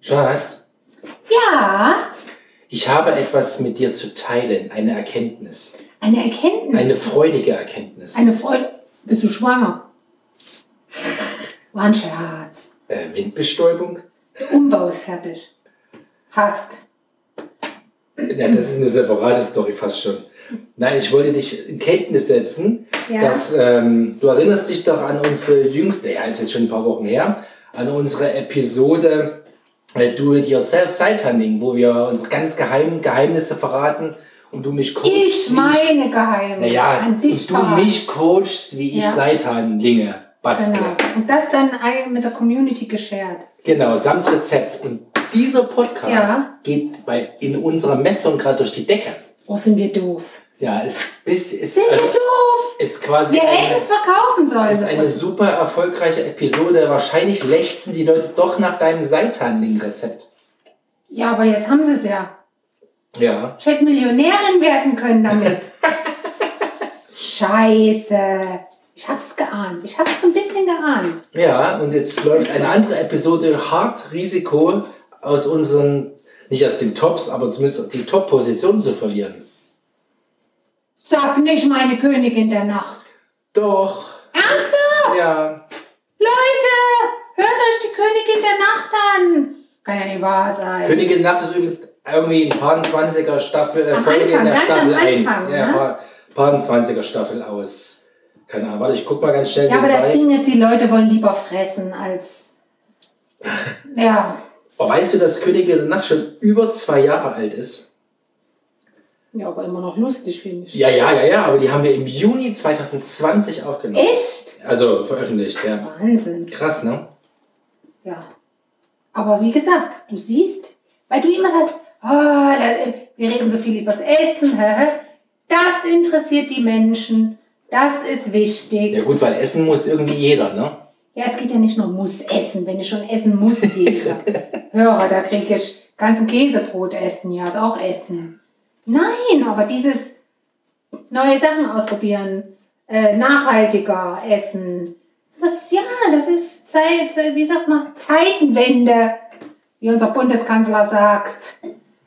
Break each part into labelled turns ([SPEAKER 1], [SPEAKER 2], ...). [SPEAKER 1] Schatz,
[SPEAKER 2] Ja,
[SPEAKER 1] ich habe etwas mit dir zu teilen, eine Erkenntnis,
[SPEAKER 2] eine Erkenntnis.
[SPEAKER 1] eine freudige Erkenntnis.
[SPEAKER 2] Eine Freude. Bist du schwanger? War ein Scherz.
[SPEAKER 1] äh, Windbestäubung?
[SPEAKER 2] Der Umbau ist fertig. Fast.
[SPEAKER 1] Ja, das ist eine separate Story fast schon. Nein, ich wollte dich in Kenntnis setzen,
[SPEAKER 2] Ja.
[SPEAKER 1] dass ähm, du erinnerst dich doch an unsere jüngste, ja, ist jetzt schon ein paar Wochen her, an unsere Episode äh, Do It Yourself Side Hunting, wo wir unsere ganz geheimen Geheimnisse verraten und du mich coachst.
[SPEAKER 2] Ich
[SPEAKER 1] wie
[SPEAKER 2] meine Geheimnisse
[SPEAKER 1] naja,
[SPEAKER 2] an dich
[SPEAKER 1] und du
[SPEAKER 2] verraten.
[SPEAKER 1] mich coachst, wie ich
[SPEAKER 2] Ja.
[SPEAKER 1] Seithandlinge bastle.
[SPEAKER 2] Genau. Und das dann ein- mit der Community geshared.
[SPEAKER 1] Genau, samt Rezept. Und dieser Podcast
[SPEAKER 2] Ja.
[SPEAKER 1] geht bei, in unserer Messung gerade durch die Decke.
[SPEAKER 2] Oh, sind wir doof.
[SPEAKER 1] Ja, ist, ist, ist,
[SPEAKER 2] Sind
[SPEAKER 1] also,
[SPEAKER 2] wir doof?
[SPEAKER 1] ist quasi
[SPEAKER 2] Wir hätten
[SPEAKER 1] eine,
[SPEAKER 2] es verkaufen
[SPEAKER 1] ist eine
[SPEAKER 2] sollen.
[SPEAKER 1] super erfolgreiche Episode. Wahrscheinlich lechzen die Leute doch nach deinem Seitanling-Rezept.
[SPEAKER 2] Ja, aber jetzt haben sie es ja.
[SPEAKER 1] Ja.
[SPEAKER 2] Ich hätte Millionärin werden können damit. Scheiße. Ich hab's geahnt. Ich hab's ein bisschen geahnt.
[SPEAKER 1] Ja, und jetzt läuft eine andere Episode hart Risiko aus unseren, nicht aus den Tops, aber zumindest die Top-Position zu verlieren.
[SPEAKER 2] Sag nicht meine Königin der Nacht.
[SPEAKER 1] Doch.
[SPEAKER 2] Ernsthaft?
[SPEAKER 1] Ja.
[SPEAKER 2] Leute, hört euch die Königin der Nacht an. Kann ja nicht wahr sein.
[SPEAKER 1] Königin Nacht ist übrigens irgendwie ein paar 20er Staffel, äh,
[SPEAKER 2] Am
[SPEAKER 1] Folge in
[SPEAKER 2] Anfang,
[SPEAKER 1] der
[SPEAKER 2] ganz
[SPEAKER 1] Staffel
[SPEAKER 2] am
[SPEAKER 1] 1.
[SPEAKER 2] Anfang,
[SPEAKER 1] Ja,
[SPEAKER 2] ne?
[SPEAKER 1] paar, paar 20er Staffel aus. Keine Ahnung, warte, ich guck mal ganz schnell.
[SPEAKER 2] ja, aber das
[SPEAKER 1] nebenbei.
[SPEAKER 2] Ding ist, die Leute wollen lieber fressen als... Ja.
[SPEAKER 1] Oh, weißt du, dass Königin der Nacht schon über zwei Jahre alt ist?
[SPEAKER 2] Ja, aber immer noch lustig, finde ich.
[SPEAKER 1] Ja, ja, ja, ja, aber die haben wir im Juni 2020 aufgenommen.
[SPEAKER 2] Echt?
[SPEAKER 1] Also veröffentlicht, ja.
[SPEAKER 2] Wahnsinn.
[SPEAKER 1] Krass, ne?
[SPEAKER 2] Ja. Aber wie gesagt, du siehst, weil du immer sagst, oh, da- wir reden so viel über das Essen, hä, hä. das interessiert die Menschen, das ist wichtig.
[SPEAKER 1] Ja gut, weil essen muss irgendwie jeder, ne?
[SPEAKER 2] Ja, es geht ja nicht nur um muss essen, wenn ich schon essen muss, jeder. Hörer, da kriege ich ganzen Käsebrot essen, ja, ist auch Essen. Nein, aber dieses neue Sachen ausprobieren, äh, nachhaltiger essen, was, ja, das ist Zeit, äh, wie sagt man, Zeitenwende, wie unser Bundeskanzler sagt.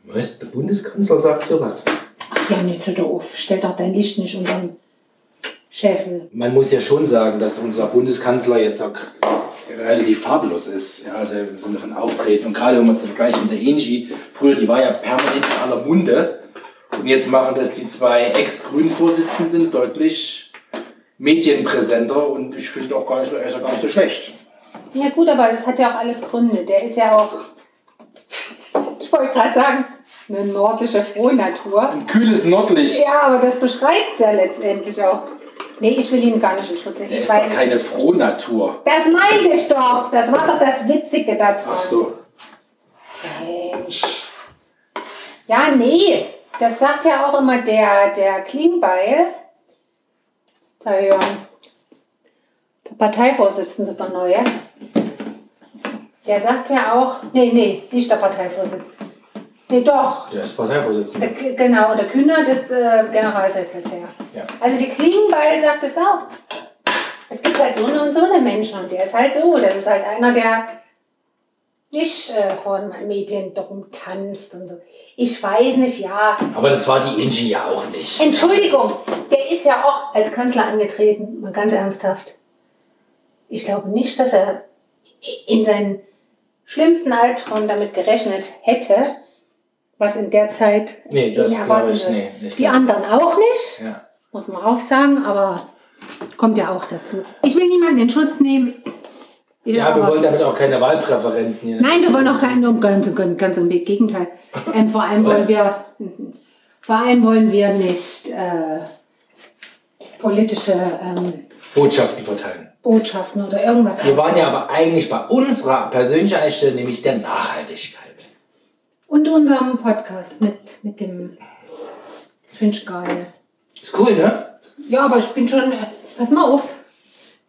[SPEAKER 1] Was? Der Bundeskanzler sagt sowas.
[SPEAKER 2] Ach ja, nicht so doof, stell doch dein Licht nicht unter den Scheffel.
[SPEAKER 1] Man muss ja schon sagen, dass unser Bundeskanzler jetzt auch relativ farblos ist. Ja, also im Sinne von Auftreten. Und gerade wenn man es dann gleich mit der Angie, früher, die war ja permanent in aller Munde. Und jetzt machen das die zwei Ex-Grün-Vorsitzenden deutlich medienpräsenter. Und ich finde auch gar nicht, er ist ja gar nicht so schlecht.
[SPEAKER 2] Ja gut, aber das hat ja auch alles Gründe. Der ist ja auch, ich wollte gerade sagen, eine nordische Frohnatur.
[SPEAKER 1] Ein kühles Nordlicht.
[SPEAKER 2] Ja, aber das beschreibt es ja letztendlich auch. Nee, ich will ihn gar nicht in Schutz nehmen.
[SPEAKER 1] Er
[SPEAKER 2] Ich
[SPEAKER 1] ist doch
[SPEAKER 2] weiß es
[SPEAKER 1] keine
[SPEAKER 2] nicht.
[SPEAKER 1] Frohnatur.
[SPEAKER 2] Das meinte ich doch. Das war doch das Witzige daran.
[SPEAKER 1] Ach so.
[SPEAKER 2] Mensch. Ja, nee. Das sagt ja auch immer der, der Klingbeil, der, ähm, der Parteivorsitzende, der neue. Der sagt ja auch, nee, nee, nicht der Parteivorsitzende. Nee, doch.
[SPEAKER 1] Der ist Parteivorsitzender.
[SPEAKER 2] Der, K- genau, der Kühner des äh, Generalsekretär.
[SPEAKER 1] Ja.
[SPEAKER 2] Also die Klingbeil sagt es auch. Es gibt halt so eine und so eine Menschen und der ist halt so. Das ist halt einer, der nicht äh, vor den Medien drum tanzt und so. Ich weiß nicht, ja.
[SPEAKER 1] Aber das war die Angie ja auch nicht.
[SPEAKER 2] Entschuldigung, der ist ja auch als Kanzler angetreten, mal ganz ernsthaft. Ich glaube nicht, dass er in seinen schlimmsten Albtraum damit gerechnet hätte, was in der Zeit
[SPEAKER 1] Nee, das
[SPEAKER 2] ihn
[SPEAKER 1] glaube
[SPEAKER 2] erwarten
[SPEAKER 1] ich
[SPEAKER 2] wird.
[SPEAKER 1] nicht. Ich
[SPEAKER 2] Die
[SPEAKER 1] glaube-
[SPEAKER 2] anderen auch nicht,
[SPEAKER 1] Ja.
[SPEAKER 2] muss man auch sagen, aber kommt ja auch dazu. Ich will niemanden in Schutz nehmen. Ich
[SPEAKER 1] Ja, wir
[SPEAKER 2] aber-
[SPEAKER 1] wollen damit auch keine Wahlpräferenzen hier.
[SPEAKER 2] Nein, wir wollen auch keinen um ganz, ganz, ganz im Gegenteil. Ähm, vor allem
[SPEAKER 1] Was?
[SPEAKER 2] wollen wir, vor allem wollen wir nicht äh, politische ähm,
[SPEAKER 1] Botschaften verteilen.
[SPEAKER 2] Botschaften oder irgendwas.
[SPEAKER 1] Wir waren ja aber eigentlich bei unserer persönlichen Einstellung, nämlich der Nachhaltigkeit.
[SPEAKER 2] Und unserem Podcast mit, mit dem. Das finde ich geil.
[SPEAKER 1] Ist cool, ne?
[SPEAKER 2] Ja, aber ich bin schon. Pass mal auf.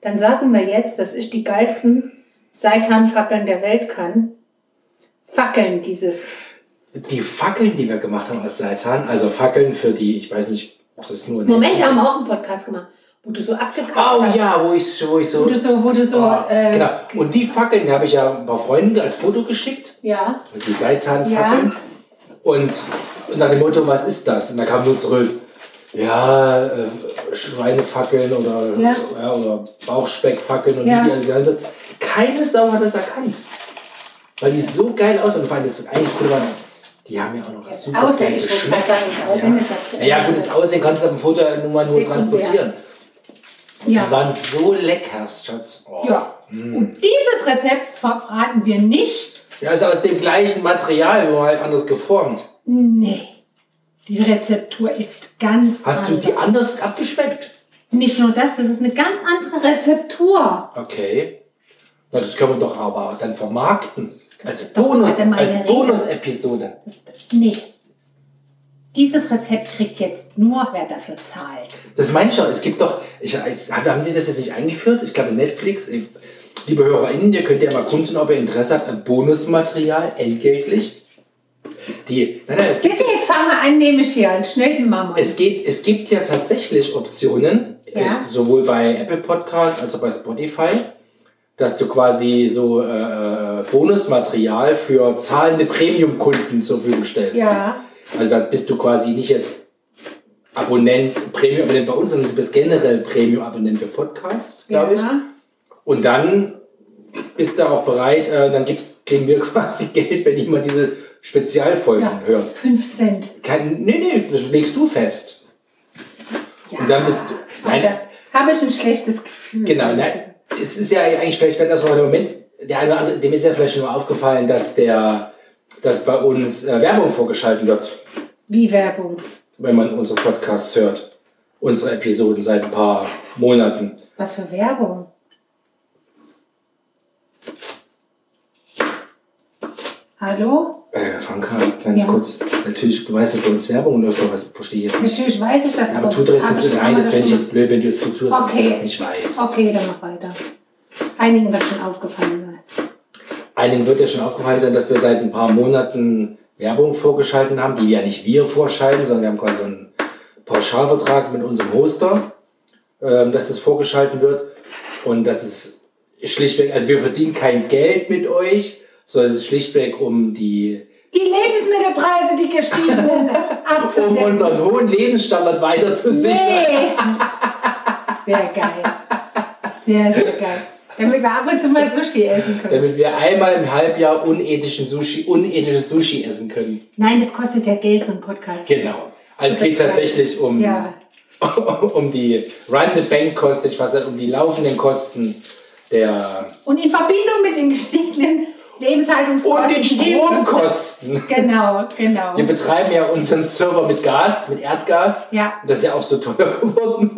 [SPEAKER 2] Dann sagen wir jetzt, dass ich die geilsten Seitanfackeln der Welt kann. Fackeln, dieses.
[SPEAKER 1] Die Fackeln, die wir gemacht haben aus Seitan, also Fackeln für die, ich weiß nicht, ob das nur in
[SPEAKER 2] Moment, da haben wir auch einen Podcast gemacht. wo du so abgekackt
[SPEAKER 3] Oh
[SPEAKER 2] hast.
[SPEAKER 3] ja, wo ich, wo ich so.
[SPEAKER 2] Wo du so, wo du so,
[SPEAKER 3] Ah,
[SPEAKER 2] äh,
[SPEAKER 3] genau. Und die Fackeln habe ich ja ein paar Freunden als Foto geschickt.
[SPEAKER 2] Ja.
[SPEAKER 3] Also die Seitanfackeln.
[SPEAKER 2] Ja.
[SPEAKER 3] Und, und nach dem Motto, was ist das? Und da kam nur zurück, ja, äh, Schweinefackeln oder,
[SPEAKER 2] Ja.
[SPEAKER 3] ja, oder Bauchspeckfackeln und
[SPEAKER 2] Ja.
[SPEAKER 3] wie die alle genannt wird. Keine Sau hat das erkannt. Weil die so geil aussahen. Und vor allem, das eigentlich cool war, die haben ja auch noch super
[SPEAKER 2] Aussehen,
[SPEAKER 3] geil
[SPEAKER 2] ich wollte
[SPEAKER 3] geschmeckt.
[SPEAKER 2] gerade sagen, das Aussehen ist ja
[SPEAKER 3] Naja, gut, das Aussehen kannst du auf dem Foto ja nun mal nur
[SPEAKER 2] Sekundär.
[SPEAKER 3] transportieren. Die
[SPEAKER 2] Ja.
[SPEAKER 3] waren so lecker, Schatz. Oh.
[SPEAKER 2] ja. Und dieses Rezept verraten wir nicht.
[SPEAKER 3] Ja, ist aus dem gleichen Material, nur halt anders geformt.
[SPEAKER 2] Nee. Die Rezeptur ist ganz
[SPEAKER 3] Hast du
[SPEAKER 2] anders.
[SPEAKER 3] die anders abgeschmeckt?
[SPEAKER 2] Nicht nur das, das ist eine ganz andere Rezeptur.
[SPEAKER 3] Okay. Na, das können wir doch aber auch dann vermarkten. Als
[SPEAKER 2] ist doch
[SPEAKER 3] Bonus,
[SPEAKER 2] gerade meine
[SPEAKER 3] als
[SPEAKER 2] Rede.
[SPEAKER 3] Bonus-Episode.
[SPEAKER 2] Nee. Dieses Rezept kriegt jetzt nur, wer dafür zahlt.
[SPEAKER 3] Das meine ich schon. Es gibt doch, ich, ich, haben die das jetzt nicht eingeführt? Ich glaube, Netflix, ich, liebe HörerInnen, ihr könnt ja mal gucken, ob ihr Interesse habt an Bonusmaterial, entgeltlich. Die, nein, nein, es gibt
[SPEAKER 2] Siehst du, jetzt fangen wir an, nehme ich hier einen schnellen Mama.
[SPEAKER 3] Es, geht, es gibt ja tatsächlich Optionen,
[SPEAKER 2] Ja.
[SPEAKER 3] ist sowohl bei Apple Podcasts als auch bei Spotify, dass du quasi so äh, Bonusmaterial für zahlende Premium-Kunden zur Verfügung stellst.
[SPEAKER 2] Ja.
[SPEAKER 3] Also dann bist du quasi nicht jetzt Abonnent, Premium-Abonnent bei uns, sondern du bist generell Premium-Abonnent für Podcasts, glaube ich.
[SPEAKER 2] Ja.
[SPEAKER 3] Und dann bist du auch bereit, äh, dann gibt's, kriegen wir quasi Geld, wenn jemand diese Spezialfolgen
[SPEAKER 2] Ja,
[SPEAKER 3] hört.
[SPEAKER 2] 5 Cent.
[SPEAKER 3] Kein, nee, nee, das legst du fest.
[SPEAKER 2] Ja.
[SPEAKER 3] Und dann bist du-
[SPEAKER 2] Nein. Da habe ich ein schlechtes Gefühl.
[SPEAKER 3] Genau, ne? Es ist ja eigentlich, vielleicht wenn das noch im Moment, der eine oder andere, dem ist ja vielleicht schon mal aufgefallen, dass der, dass bei uns äh, Werbung vorgeschalten wird,
[SPEAKER 2] Wie Werbung.
[SPEAKER 3] wenn man unsere Podcasts hört. Unsere Episoden seit ein paar Monaten.
[SPEAKER 2] Was für Werbung? Hallo?
[SPEAKER 3] Äh, Franka, ganz
[SPEAKER 2] Ja.
[SPEAKER 3] kurz. Natürlich, du weißt, dass bei uns Werbung läuft, aber was verstehe ich jetzt nicht.
[SPEAKER 2] Natürlich weiß ich das.
[SPEAKER 3] Aber tu doch jetzt
[SPEAKER 2] hab
[SPEAKER 3] nicht
[SPEAKER 2] ich-
[SPEAKER 3] rein,
[SPEAKER 2] hab
[SPEAKER 3] das fände ich
[SPEAKER 2] schon-
[SPEAKER 3] jetzt blöd, wenn du jetzt so tust, dass du
[SPEAKER 2] Okay.
[SPEAKER 3] das nicht weißt.
[SPEAKER 2] Okay, dann mach weiter. Einigen wird schon aufgefallen sein.
[SPEAKER 3] Einigen wird ja schon aufgefallen sein, dass wir seit ein paar Monaten Werbung vorgeschalten haben, die ja nicht wir vorschalten, sondern wir haben quasi so einen Pauschalvertrag mit unserem Hoster, ähm, dass das vorgeschalten wird. Und das ist schlichtweg, also wir verdienen kein Geld mit euch, sondern es ist schlichtweg um die,
[SPEAKER 2] Die Lebensmittelpreise, die gestiegen
[SPEAKER 3] um
[SPEAKER 2] sind.
[SPEAKER 3] unseren hohen Lebensstandard weiter zu sichern.
[SPEAKER 2] Nee. Sehr geil. Sehr, sehr geil. Damit wir ab und zu mal Sushi essen können.
[SPEAKER 3] Damit wir einmal im Halbjahr unethischen Sushi, unethisches Sushi essen können.
[SPEAKER 2] Nein, das kostet ja Geld, so ein Podcast.
[SPEAKER 3] Genau. Also es geht
[SPEAKER 2] Sozusagen.
[SPEAKER 3] tatsächlich um,
[SPEAKER 2] Ja.
[SPEAKER 3] um die Run the Bank Kosten, ich weiß nicht, um die laufenden Kosten der
[SPEAKER 2] Und in Verbindung mit den gestiegenen Lebenshaltungskosten.
[SPEAKER 3] und den
[SPEAKER 2] ne?
[SPEAKER 3] Stromkosten.
[SPEAKER 2] Genau, genau.
[SPEAKER 3] Wir betreiben ja unseren Server mit Gas, mit Erdgas.
[SPEAKER 2] Ja.
[SPEAKER 3] Das ist ja auch so teuer geworden.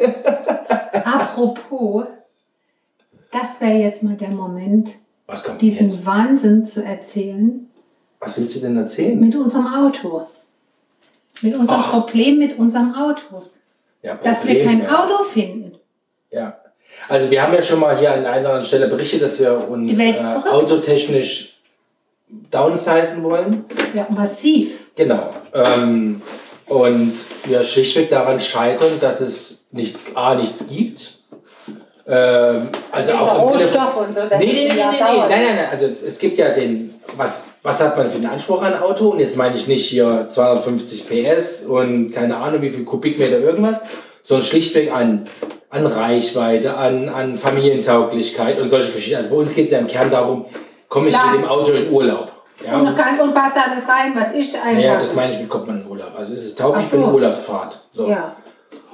[SPEAKER 2] Apropos, das wäre jetzt mal der Moment,
[SPEAKER 3] Was kommt denn
[SPEAKER 2] diesen
[SPEAKER 3] jetzt?
[SPEAKER 2] Wahnsinn zu erzählen
[SPEAKER 3] Was willst du denn erzählen?
[SPEAKER 2] mit unserem Auto. Mit unserem
[SPEAKER 3] Ach.
[SPEAKER 2] Problem mit unserem Auto.
[SPEAKER 3] Ja,
[SPEAKER 2] Dass wir
[SPEAKER 3] Problem,
[SPEAKER 2] kein
[SPEAKER 3] ja.
[SPEAKER 2] Auto finden.
[SPEAKER 3] Ja. Also wir haben ja schon mal hier an einer anderen Stelle berichtet, dass wir uns
[SPEAKER 2] Die Welt
[SPEAKER 3] äh,
[SPEAKER 2] ist verrückt.
[SPEAKER 3] autotechnisch downsizen wollen.
[SPEAKER 2] Ja, massiv.
[SPEAKER 3] Genau. Ähm, und wir schlichtweg daran scheitern, dass es nichts, A, nichts gibt. Ähm, also
[SPEAKER 2] Ja,
[SPEAKER 3] auch im Sinne
[SPEAKER 2] Rohstoff und so, das
[SPEAKER 3] nee,
[SPEAKER 2] ist
[SPEAKER 3] nee,
[SPEAKER 2] ein
[SPEAKER 3] nee, nee,
[SPEAKER 2] Jahr
[SPEAKER 3] nee,
[SPEAKER 2] dauert.
[SPEAKER 3] nein, nein, nein. Also es gibt ja den, was, was hat man für einen Anspruch an Auto? Und jetzt meine ich nicht hier 250 PS und keine Ahnung, wie viel Kubikmeter irgendwas, sondern schlichtweg an, an Reichweite, an, an Familientauglichkeit und solche Geschichten. Also bei uns geht es ja im Kern darum, komme ich mit dem
[SPEAKER 2] Platz.
[SPEAKER 3] Auto in Urlaub? Ja,
[SPEAKER 2] Und, noch kein, und passt alles rein, was ich einfach.
[SPEAKER 3] ja, das meine ich mit kommt man in Urlaub. Also ist es tauglich
[SPEAKER 2] Ach
[SPEAKER 3] für
[SPEAKER 2] so.
[SPEAKER 3] eine Urlaubsfahrt. So.
[SPEAKER 2] Ja.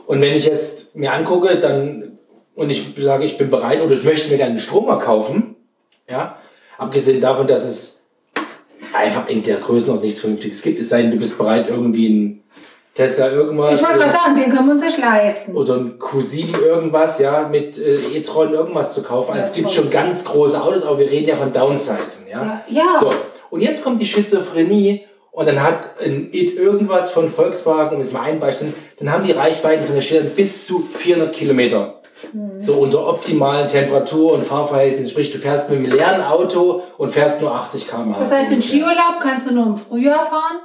[SPEAKER 3] Und wenn ich jetzt mir angucke, dann und ich sage, ich bin bereit oder ich möchte mir gerne einen Stromer kaufen, ja, abgesehen davon, dass es einfach in der Größenordnung nichts Vernünftiges gibt, es sei denn, du bist bereit, irgendwie einen Tesla irgendwas
[SPEAKER 2] Ich wollte gerade
[SPEAKER 3] oder,
[SPEAKER 2] sagen, den können wir uns nicht leisten.
[SPEAKER 3] oder einen Q7 irgendwas, ja, mit äh, E-Tron irgendwas zu kaufen. Also es gibt schon ganz große Autos, aber wir reden ja von Downsizen, ja.
[SPEAKER 2] Ja, ja.
[SPEAKER 3] So, und jetzt kommt die Schizophrenie und dann hat ein It irgendwas von Volkswagen, um jetzt mal ein Beispiel, dann haben die Reichweiten von der Stadt bis zu 400 Kilometer.
[SPEAKER 2] Mhm.
[SPEAKER 3] So unter optimalen Temperatur- und Fahrverhältnissen, sprich du fährst mit einem leeren Auto und fährst nur 80 km/h.
[SPEAKER 2] Das heißt, den Skiurlaub kannst du nur im Frühjahr fahren,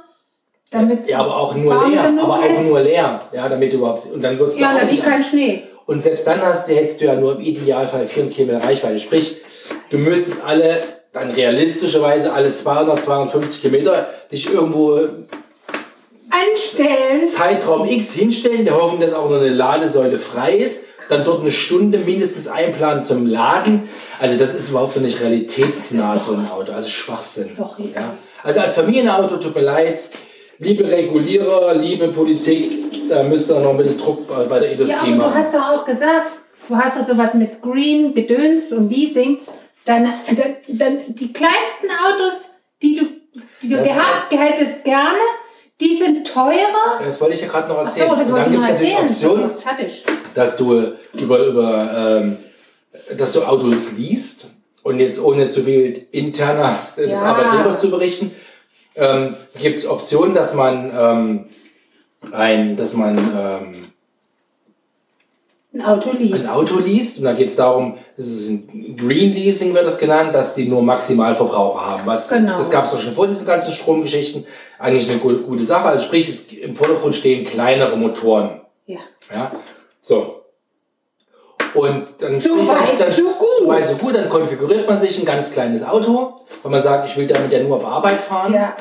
[SPEAKER 2] damit es
[SPEAKER 3] Ja, aber auch nur
[SPEAKER 2] warm
[SPEAKER 3] leer,
[SPEAKER 2] genug
[SPEAKER 3] aber auch
[SPEAKER 2] ist.
[SPEAKER 3] nur leer. Ja, damit du überhaupt, und dann wird's
[SPEAKER 2] ja,
[SPEAKER 3] da auch
[SPEAKER 2] da
[SPEAKER 3] nicht
[SPEAKER 2] liegt kein Schnee.
[SPEAKER 3] Und Und selbst dann hast du, hättest du ja nur im Idealfall 4 Kilometer Reichweite. Sprich, du müsstest alle, dann realistischerweise alle 200, 250 Kilometer dich irgendwo
[SPEAKER 2] Anstellen.
[SPEAKER 3] Zeitraum X hinstellen, der hoffen, dass auch noch eine Ladesäule frei ist, dann dort eine Stunde mindestens einplanen zum Laden. Also das ist überhaupt noch nicht realitätsnah, so ein Auto. Also Schwachsinn.
[SPEAKER 2] Sorry.
[SPEAKER 3] Ja. Also als Familienauto, tut mir leid. Liebe Regulierer, liebe Politik, da müsst ihr noch ein bisschen Druck bei bei der
[SPEAKER 2] Ja,
[SPEAKER 3] Industrie
[SPEAKER 2] aber du
[SPEAKER 3] machen.
[SPEAKER 2] hast doch auch gesagt, du hast doch sowas mit Green, Gedönst und Leasing. Dann, dann, dann die kleinsten Autos, die du, die du
[SPEAKER 3] Das-
[SPEAKER 2] gehabt hättest gerne, die sind teurer.
[SPEAKER 3] Äh, Das wollte ich ja gerade noch
[SPEAKER 2] Ach so,
[SPEAKER 3] erzählen.
[SPEAKER 2] das
[SPEAKER 3] Und
[SPEAKER 2] wollte ich
[SPEAKER 3] dann gibt
[SPEAKER 2] noch
[SPEAKER 3] es natürlich
[SPEAKER 2] erzählen.
[SPEAKER 3] Optionen,
[SPEAKER 2] Das ist fertig.
[SPEAKER 3] dass du über, über ähm, dass du Autos liest und jetzt ohne zu viel interner des
[SPEAKER 2] Ja.
[SPEAKER 3] Arbeitgebers zu berichten, ähm, gibt es Optionen, dass man ähm, ein, dass man ähm,
[SPEAKER 2] Ein Auto leased.
[SPEAKER 3] ein Auto liest und da geht es darum, es ist ein Green Leasing wird das genannt, dass die nur Maximalverbraucher haben. Was,
[SPEAKER 2] Genau.
[SPEAKER 3] Das gab es auch schon vor diesen ganzen Stromgeschichten. Eigentlich eine gu- gute Sache. Also sprich, es, im Vordergrund stehen kleinere Motoren.
[SPEAKER 2] Ja.
[SPEAKER 3] Ja, so. Und dann,
[SPEAKER 2] So weit,
[SPEAKER 3] dann
[SPEAKER 2] so gut.
[SPEAKER 3] So weit, so gut, dann konfiguriert man sich ein ganz kleines Auto, weil man sagt, ich will damit ja nur auf Arbeit fahren.
[SPEAKER 2] ja.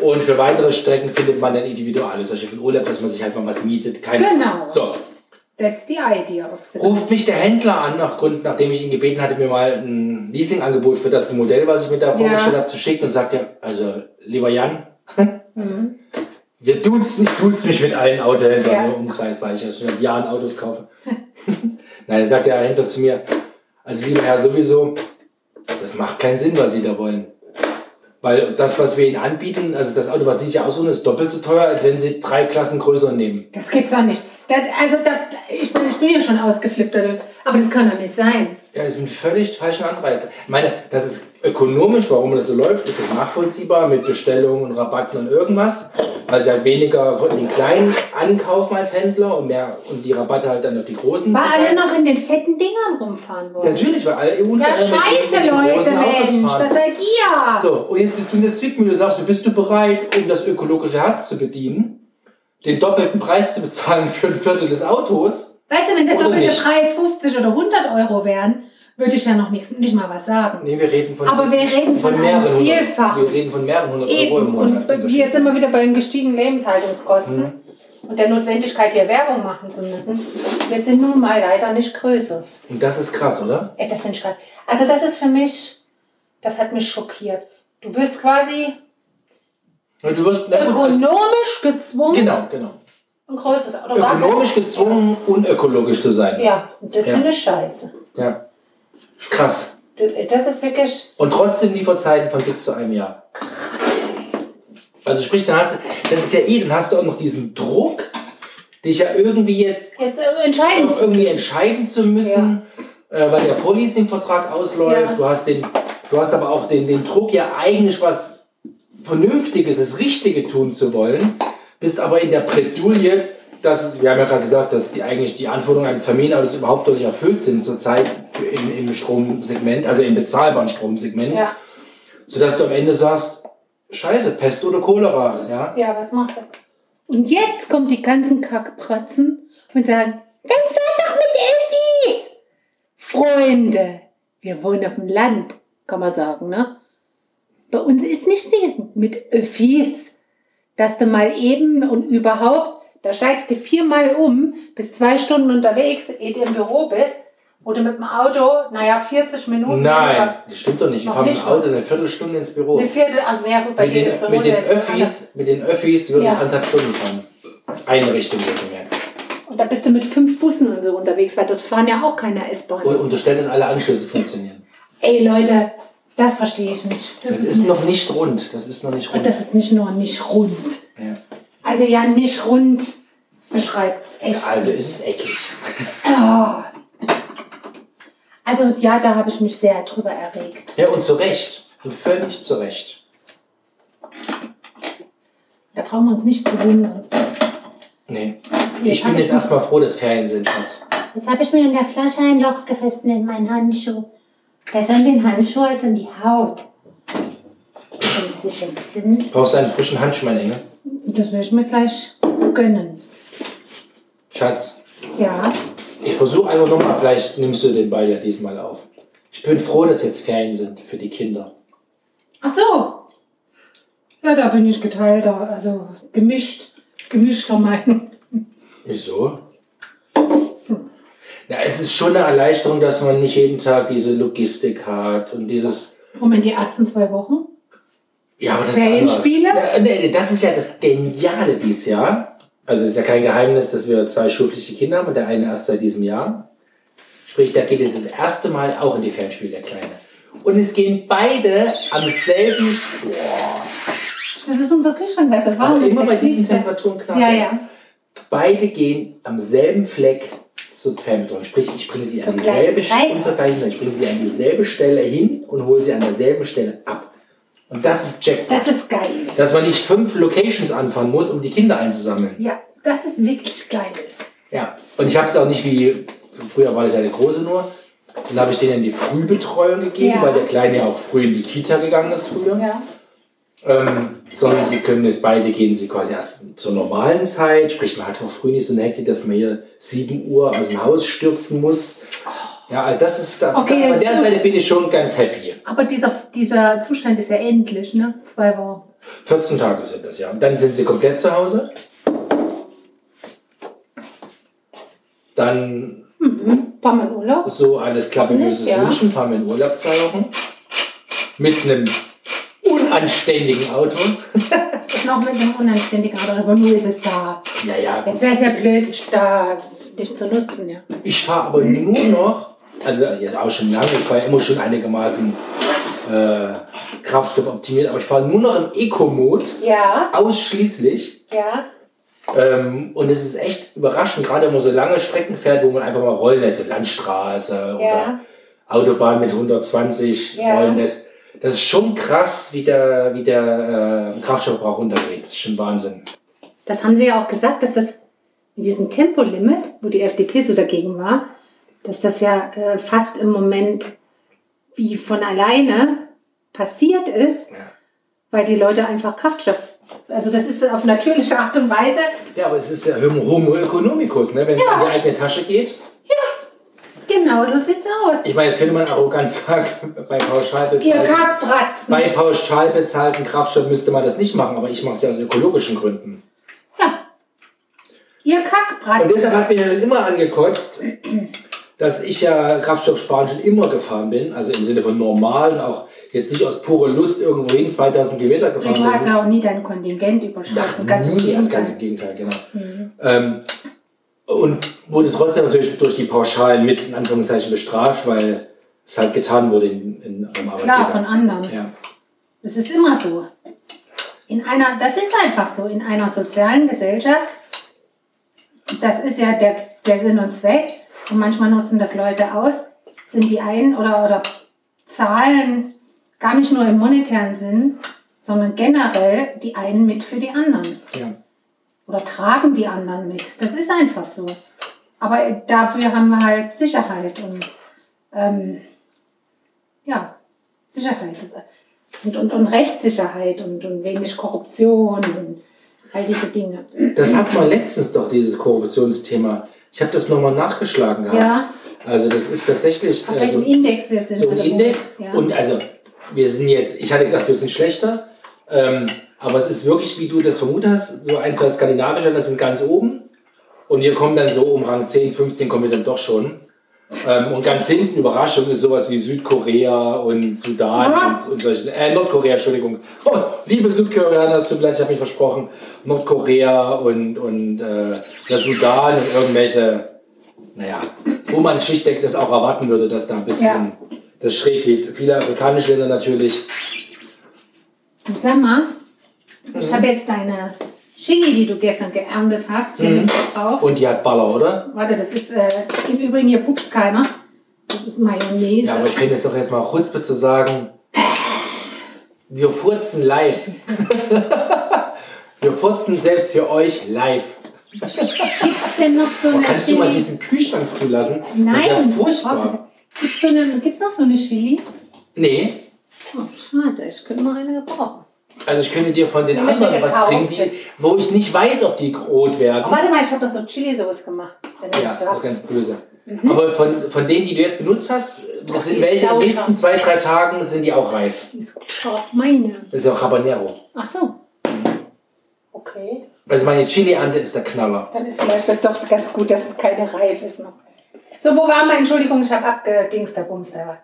[SPEAKER 3] Und für weitere Strecken findet man dann individuelle, zum Beispiel für den Urlaub, dass man sich halt mal was mietet. Keine
[SPEAKER 2] Genau.
[SPEAKER 3] So,
[SPEAKER 2] That's the idea of the
[SPEAKER 3] ruft mich der Händler an, aufgrund, nachdem ich ihn gebeten hatte, mir mal ein Leasingangebot für das Modell, was ich mir da vorgestellt habe, zu schicken und sagt er, also, lieber Jan, wir duzen, ich duze mich mit allen Autohändlern
[SPEAKER 2] Ja.
[SPEAKER 3] im Umkreis, weil ich ja schon seit Jahren Autos kaufe. Nein, dann sagt der Händler zu mir, also lieber Herr, sowieso, das macht keinen Sinn, was Sie da wollen. Weil das, was wir Ihnen anbieten, also das Auto, was Sie sich aussuchen, ist doppelt so teuer, als wenn Sie drei Klassen größer nehmen.
[SPEAKER 2] Das gibt's doch nicht. Das, also das, ich, bin, ich bin ja schon ausgeflippt, oder? aber das kann doch nicht sein.
[SPEAKER 3] Ja, das sind völlig falsche Anreize. Ich meine, das ist ökonomisch, warum das so läuft, ist das nachvollziehbar mit Bestellungen und Rabatten und irgendwas, weil sie halt weniger von den Kleinen ankaufen als Händler und mehr und die Rabatte halt dann auf die Großen.
[SPEAKER 2] Weil alle
[SPEAKER 3] verteilen.
[SPEAKER 2] noch in den fetten Dingern rumfahren wollen.
[SPEAKER 3] Natürlich, weil alle EU
[SPEAKER 2] Ja, scheiße, Leute, Mensch, das seid ihr.
[SPEAKER 3] So, und jetzt bist du in der Zwickmühle, sagst du, bist du bereit, um das ökologische Herz zu bedienen, den doppelten Preis zu bezahlen für ein Viertel des Autos?
[SPEAKER 2] Weißt du, wenn der
[SPEAKER 3] Oder
[SPEAKER 2] doppelte
[SPEAKER 3] nicht.
[SPEAKER 2] Preis 50 oder 100 Euro wären, würde ich ja noch nicht, nicht mal was sagen.
[SPEAKER 3] Nee, wir reden von.
[SPEAKER 2] Aber wir reden von einem
[SPEAKER 3] mehreren
[SPEAKER 2] Vielfachen.
[SPEAKER 3] Hundert, wir reden von mehreren hundert Euro im
[SPEAKER 2] Eben, und
[SPEAKER 3] Monat.
[SPEAKER 2] bei- jetzt sind wir wieder bei den gestiegenen Lebenshaltungskosten
[SPEAKER 3] Mhm.
[SPEAKER 2] und der Notwendigkeit, hier Werbung machen zu müssen. Wir sind nun mal leider nicht größer.
[SPEAKER 3] Und das ist krass, oder?
[SPEAKER 2] Ey, das sind Schreib. Also das ist für mich, das hat mich schockiert. Du wirst quasi
[SPEAKER 3] Ja, Du wirst na gut, also-
[SPEAKER 2] ökonomisch gezwungen,
[SPEAKER 3] genau, genau.
[SPEAKER 2] ein größeres Auto
[SPEAKER 3] Ökonomisch gezwungen, unökologisch zu sein.
[SPEAKER 2] Ja, das
[SPEAKER 3] Ja.
[SPEAKER 2] finde ich scheiße.
[SPEAKER 3] Ja. Krass.
[SPEAKER 2] Du- Das ist wirklich,
[SPEAKER 3] Und trotzdem Lieferzeiten von bis zu einem Jahr. Krass. Also sprich, dann hast du, das ist ja eh, dann hast du auch noch diesen Druck, dich ja irgendwie jetzt
[SPEAKER 2] jetzt äh, entscheidend.
[SPEAKER 3] auch irgendwie entscheiden zu müssen, äh, weil der Vorleasing-Vertrag ausläuft.
[SPEAKER 2] Ja.
[SPEAKER 3] Du hast den, du hast aber auch den, den Druck, ja eigentlich was Vernünftiges, das Richtige tun zu wollen, bist aber in der Bredouille, dass es- wir haben ja gerade gesagt, dass die eigentlich die Anforderungen eines Familienautos überhaupt noch nicht erfüllt sind zurzeit für- im, im Stromsegment, also im bezahlbaren Stromsegment,
[SPEAKER 2] Ja.
[SPEAKER 3] sodass du am Ende sagst, Scheiße, Pest oder Cholera, ja?
[SPEAKER 2] ja, was machst du? Und jetzt kommen die ganzen Kackpratzen und sagen, dann fahr doch mit Öffis. Freunde, wir wohnen auf dem Land, kann man sagen, ne? Bei uns ist nicht viel mit Öffis, dass du mal eben und überhaupt, da steigst du viermal um, bist zwei Stunden unterwegs, ehe du im Büro bist, wo du mit dem Auto, naja, 40 Minuten.
[SPEAKER 3] Nein,
[SPEAKER 2] oder
[SPEAKER 3] das stimmt doch nicht. Ich
[SPEAKER 2] Noch
[SPEAKER 3] fahre mit
[SPEAKER 2] nicht,
[SPEAKER 3] dem Auto eine Viertelstunde ins Büro.
[SPEAKER 2] Eine Viertel, also naja, gut, bei
[SPEAKER 3] mit
[SPEAKER 2] dir
[SPEAKER 3] den,
[SPEAKER 2] ist Büro
[SPEAKER 3] mit den
[SPEAKER 2] der ist anders.
[SPEAKER 3] Öffis, mit den Öffis würde
[SPEAKER 2] Ja.
[SPEAKER 3] ich anderthalb Stunden fahren. Eine Richtung wohlgemerkt.
[SPEAKER 2] Und da bist du mit fünf Bussen und so unterwegs, weil dort fahren ja auch keine S-Bahn.
[SPEAKER 3] Und unterstellen, dass alle Anschlüsse funktionieren.
[SPEAKER 2] Ey Leute, das verstehe ich nicht. Das
[SPEAKER 3] Das
[SPEAKER 2] ist,
[SPEAKER 3] ist noch nicht rund. Das ist noch nicht rund.
[SPEAKER 2] das ist nicht nur nicht rund.
[SPEAKER 3] Ja.
[SPEAKER 2] Also ja, nicht rund beschreibt's echt.
[SPEAKER 3] Also ist es eckig.
[SPEAKER 2] Also ja, da habe ich mich sehr drüber erregt.
[SPEAKER 3] Ja, und zu Recht. Und völlig zu Recht.
[SPEAKER 2] Da brauchen wir uns nicht zu wundern.
[SPEAKER 3] Nee.
[SPEAKER 2] Jetzt
[SPEAKER 3] Ich
[SPEAKER 2] hab
[SPEAKER 3] bin
[SPEAKER 2] ich
[SPEAKER 3] jetzt
[SPEAKER 2] noch-
[SPEAKER 3] erstmal froh, dass Ferien sind. Schatz.
[SPEAKER 4] Jetzt habe ich mir in der Flasche ein Loch gerissen in meinen Handschuh. Besser in den Handschuh als in die Haut. Wenn die sich entzünden.
[SPEAKER 3] Brauchst du einen frischen ne? Handschuh, mein Engel?
[SPEAKER 2] Das will ich mir gleich gönnen.
[SPEAKER 3] Schatz,
[SPEAKER 2] Ja,
[SPEAKER 3] Ich versuche einfach nochmal, vielleicht nimmst du den Ball ja diesmal auf. Ich bin froh, dass jetzt Ferien sind für die Kinder.
[SPEAKER 2] Ach so. Ja, da bin ich geteilter, also gemischt, gemischter Meinung.
[SPEAKER 3] Wieso? Na, es ist schon eine Erleichterung, dass man nicht jeden Tag diese Logistik hat und dieses.
[SPEAKER 2] Moment, die ersten zwei Wochen?
[SPEAKER 3] Ja, aber das
[SPEAKER 2] Ferienspiele?
[SPEAKER 3] ist anders. Na, nee, das ist ja das Geniale dieses Jahr. Also es ist ja kein Geheimnis, dass wir zwei schulpflichtige Kinder haben und der eine erst seit diesem Jahr. Sprich, da geht es das erste Mal auch in die Fernspiele, der Kleine. Und es gehen beide am selben
[SPEAKER 2] Das ist unser Kühlschrank, weil so warm
[SPEAKER 3] Aber
[SPEAKER 2] ist.
[SPEAKER 3] immer
[SPEAKER 2] der
[SPEAKER 3] bei diesen
[SPEAKER 2] Kühlschrank.
[SPEAKER 3] Temperaturen knapp.
[SPEAKER 2] Ja, ja.
[SPEAKER 3] Beide gehen am selben Fleck zur Pemberton. Sprich, ich bringe sie an
[SPEAKER 4] Zur gleichen
[SPEAKER 3] dieselbe
[SPEAKER 4] Zeit.
[SPEAKER 3] Stelle, gleichen, ich bringe sie an dieselbe Stelle hin und hole sie an derselben Stelle ab. Und das ist Jackpot.
[SPEAKER 2] Das ist geil.
[SPEAKER 3] Dass man nicht fünf Locations anfahren muss, um die Kinder einzusammeln.
[SPEAKER 2] Ja, das ist wirklich geil.
[SPEAKER 3] Ja. Und ich habe es auch nicht wie, früher war das ja eine große nur. Dann habe ich denen die Frühbetreuung gegeben,
[SPEAKER 2] Ja.
[SPEAKER 3] weil der Kleine ja auch früh in die Kita gegangen ist früher.
[SPEAKER 2] Ja.
[SPEAKER 3] Ähm, sondern sie können jetzt beide gehen sie quasi erst zur normalen Zeit, sprich man hat auch früh nicht so eine Hektik, dass man hier 7 Uhr aus dem Haus stürzen muss. Ja, also das ist da,
[SPEAKER 2] Okay,
[SPEAKER 3] da,
[SPEAKER 2] das
[SPEAKER 3] von
[SPEAKER 2] ist
[SPEAKER 3] der
[SPEAKER 2] gut.
[SPEAKER 3] Seite bin ich schon ganz happy.
[SPEAKER 2] Aber dieser, dieser Zustand ist ja endlich, ne? Zwei Wochen.
[SPEAKER 3] 14 Tage sind das ja. Und dann sind sie komplett zu Hause. Dann
[SPEAKER 2] Fahren wir in Urlaub?
[SPEAKER 3] so alles klar, wie wir es uns
[SPEAKER 2] Ja.
[SPEAKER 3] wünschen, fahren wir in Urlaub zwei Wochen. Mit einem unanständigen Auto.
[SPEAKER 2] Noch mit einem unanständigen Auto, aber nur ist es da.
[SPEAKER 3] Ja, ja,
[SPEAKER 2] Jetzt wäre es ja blöd, da dich zu nutzen, ja.
[SPEAKER 3] Ich fahre aber nur noch, also jetzt auch schon lange, ich fahre immer schon einigermaßen äh, Kraftstoff optimiert, aber ich fahre nur noch im Eco-Mode,
[SPEAKER 2] Ja,
[SPEAKER 3] ausschließlich.
[SPEAKER 2] ja.
[SPEAKER 3] Ähm, und es ist echt überraschend, gerade wenn man so lange Strecken fährt, wo man einfach mal rollen lässt, so Landstraße oder
[SPEAKER 2] Ja.
[SPEAKER 3] Autobahn mit 120
[SPEAKER 2] Ja.
[SPEAKER 3] rollen lässt. Das ist schon krass, wie der, wie der äh, Kraftstoffverbrauch runtergeht. Das ist schon Wahnsinn.
[SPEAKER 2] Das haben sie ja auch gesagt, dass das mit diesem Tempolimit, wo die FDP so dagegen war, dass das ja äh, fast im Moment wie von alleine passiert ist,
[SPEAKER 3] Ja.
[SPEAKER 2] weil die Leute einfach Kraftstoff, also das ist auf natürliche Art und Weise.
[SPEAKER 3] Ja, aber es ist ja Homo economicus, ne? wenn es
[SPEAKER 2] Ja.
[SPEAKER 3] in die eigene Tasche geht.
[SPEAKER 2] Genau so sieht's aus.
[SPEAKER 3] Ich meine, jetzt könnte man arrogant sagen, bei pauschal,
[SPEAKER 2] Ihr
[SPEAKER 3] bezahlten,
[SPEAKER 2] Kackbratzen.
[SPEAKER 3] bei pauschal bezahlten Kraftstoff müsste man das nicht machen, aber ich mache es ja aus ökologischen Gründen.
[SPEAKER 2] Ja. Ihr
[SPEAKER 3] Und
[SPEAKER 2] Kackbratzen.
[SPEAKER 3] deshalb hat mir dann immer angekotzt, dass ich ja Kraftstoff sparen schon immer gefahren bin, also im Sinne von normal und auch jetzt nicht aus purer Lust irgendwo hin 2000 Kilometer gefahren
[SPEAKER 2] Du hast
[SPEAKER 3] bin.
[SPEAKER 2] ja auch nie dein Kontingent
[SPEAKER 3] Ach,
[SPEAKER 2] überschritten. Ganz im
[SPEAKER 3] nie, das ganze
[SPEAKER 2] Gegenteil.
[SPEAKER 3] Gegenteil, genau. Ähm, und wurde trotzdem natürlich durch die Pauschalen mit in Anführungszeichen bestraft, weil es halt getan wurde in, in einem Arbeitgeber.
[SPEAKER 2] Klar, von anderen.
[SPEAKER 3] ja.
[SPEAKER 2] Es ist immer so. In einer, das ist einfach so, in einer sozialen Gesellschaft, das ist ja der, der Sinn und Zweck. Und manchmal nutzen das Leute aus, sind die einen oder, oder zahlen gar nicht nur im monetären Sinn, sondern generell die einen mit für die anderen.
[SPEAKER 3] ja.
[SPEAKER 2] Oder tragen die anderen mit. Das ist einfach so. Aber dafür haben wir halt Sicherheit und ähm, ja, Sicherheit ist- und, und, und Rechtssicherheit und, und wenig Korruption und all diese Dinge.
[SPEAKER 3] Das hat man letztens doch, dieses Korruptionsthema. Ich habe das nochmal nachgeschlagen gehabt.
[SPEAKER 2] Ja.
[SPEAKER 3] Also das ist tatsächlich
[SPEAKER 2] Auf
[SPEAKER 3] äh, so,
[SPEAKER 2] welchem Index wir sind.
[SPEAKER 3] so ein
[SPEAKER 2] oder wo?
[SPEAKER 3] Index.
[SPEAKER 2] Ja.
[SPEAKER 3] Und also wir sind jetzt, ich hatte gesagt, wir sind schlechter. Ähm, aber es ist wirklich, wie du das vermutet hast, so ein, zwei skandinavische, das sind ganz oben. Und hier kommen dann so um Rang 10, 15 kommen wir dann doch schon. Ähm, und ganz hinten, Überraschung, ist sowas wie Südkorea und Sudan
[SPEAKER 2] Ah.
[SPEAKER 3] und, und solche, äh, Nordkorea, Entschuldigung. Oh, liebe Südkoreaner, es tut mir leid, ich habe mich versprochen. Nordkorea und, und äh, der Sudan und irgendwelche, naja, wo man schlichtweg das auch erwarten würde, dass da ein bisschen
[SPEAKER 2] Ja.
[SPEAKER 3] das schräg liegt. Viele afrikanische Länder natürlich.
[SPEAKER 2] Du sag mal,
[SPEAKER 3] Mhm.
[SPEAKER 2] ich habe jetzt deine Chili, die du gestern geerntet hast, hier mit drauf.
[SPEAKER 3] Mhm. Und die hat Baller, oder?
[SPEAKER 2] Warte, das ist äh, im Übrigen hier pupst keiner. Das ist Mayonnaise.
[SPEAKER 3] Ja, aber ich finde jetzt doch jetzt mal Chutzpe zu sagen, wir furzen live. wir furzen selbst für euch live.
[SPEAKER 2] Gibt's denn noch so eine
[SPEAKER 3] Kannst du
[SPEAKER 2] Chili?
[SPEAKER 3] mal diesen Kühlschrank zulassen?
[SPEAKER 2] Nein,
[SPEAKER 3] Das ist ja
[SPEAKER 2] brauchen
[SPEAKER 3] furchtbar.
[SPEAKER 2] Sie- Gibt's, so eine, gibt's noch so eine Chili?
[SPEAKER 3] Nee,
[SPEAKER 2] Oh, schade, ich könnte noch eine gebrauchen.
[SPEAKER 3] also ich könnte dir von den
[SPEAKER 2] haben wir
[SPEAKER 3] anderen
[SPEAKER 2] schon
[SPEAKER 3] was
[SPEAKER 2] gekauft.
[SPEAKER 3] bringen, die, wo ich nicht weiß, ob die rot werden.
[SPEAKER 2] Warte mal, ich habe doch so Chili-Sauce gemacht. Dann hab
[SPEAKER 3] Ja,
[SPEAKER 2] ich
[SPEAKER 3] das
[SPEAKER 2] das.
[SPEAKER 3] ist ganz böse. Aber von, von denen, die du jetzt benutzt hast, sind
[SPEAKER 2] Mhm. die
[SPEAKER 3] welche in den
[SPEAKER 2] Sauerkraut.
[SPEAKER 3] nächsten zwei, drei Tagen sind die auch reif.
[SPEAKER 2] Die ist gut scharf, meine.
[SPEAKER 3] Das ist ja auch Habanero.
[SPEAKER 2] Ach so. Okay.
[SPEAKER 3] Also meine Chili-Ante ist der Knaller.
[SPEAKER 2] Dann ist vielleicht das doch ganz gut, dass es keine reif ist noch. So, wo waren wir? Entschuldigung, ich habe abgedingster Bumster.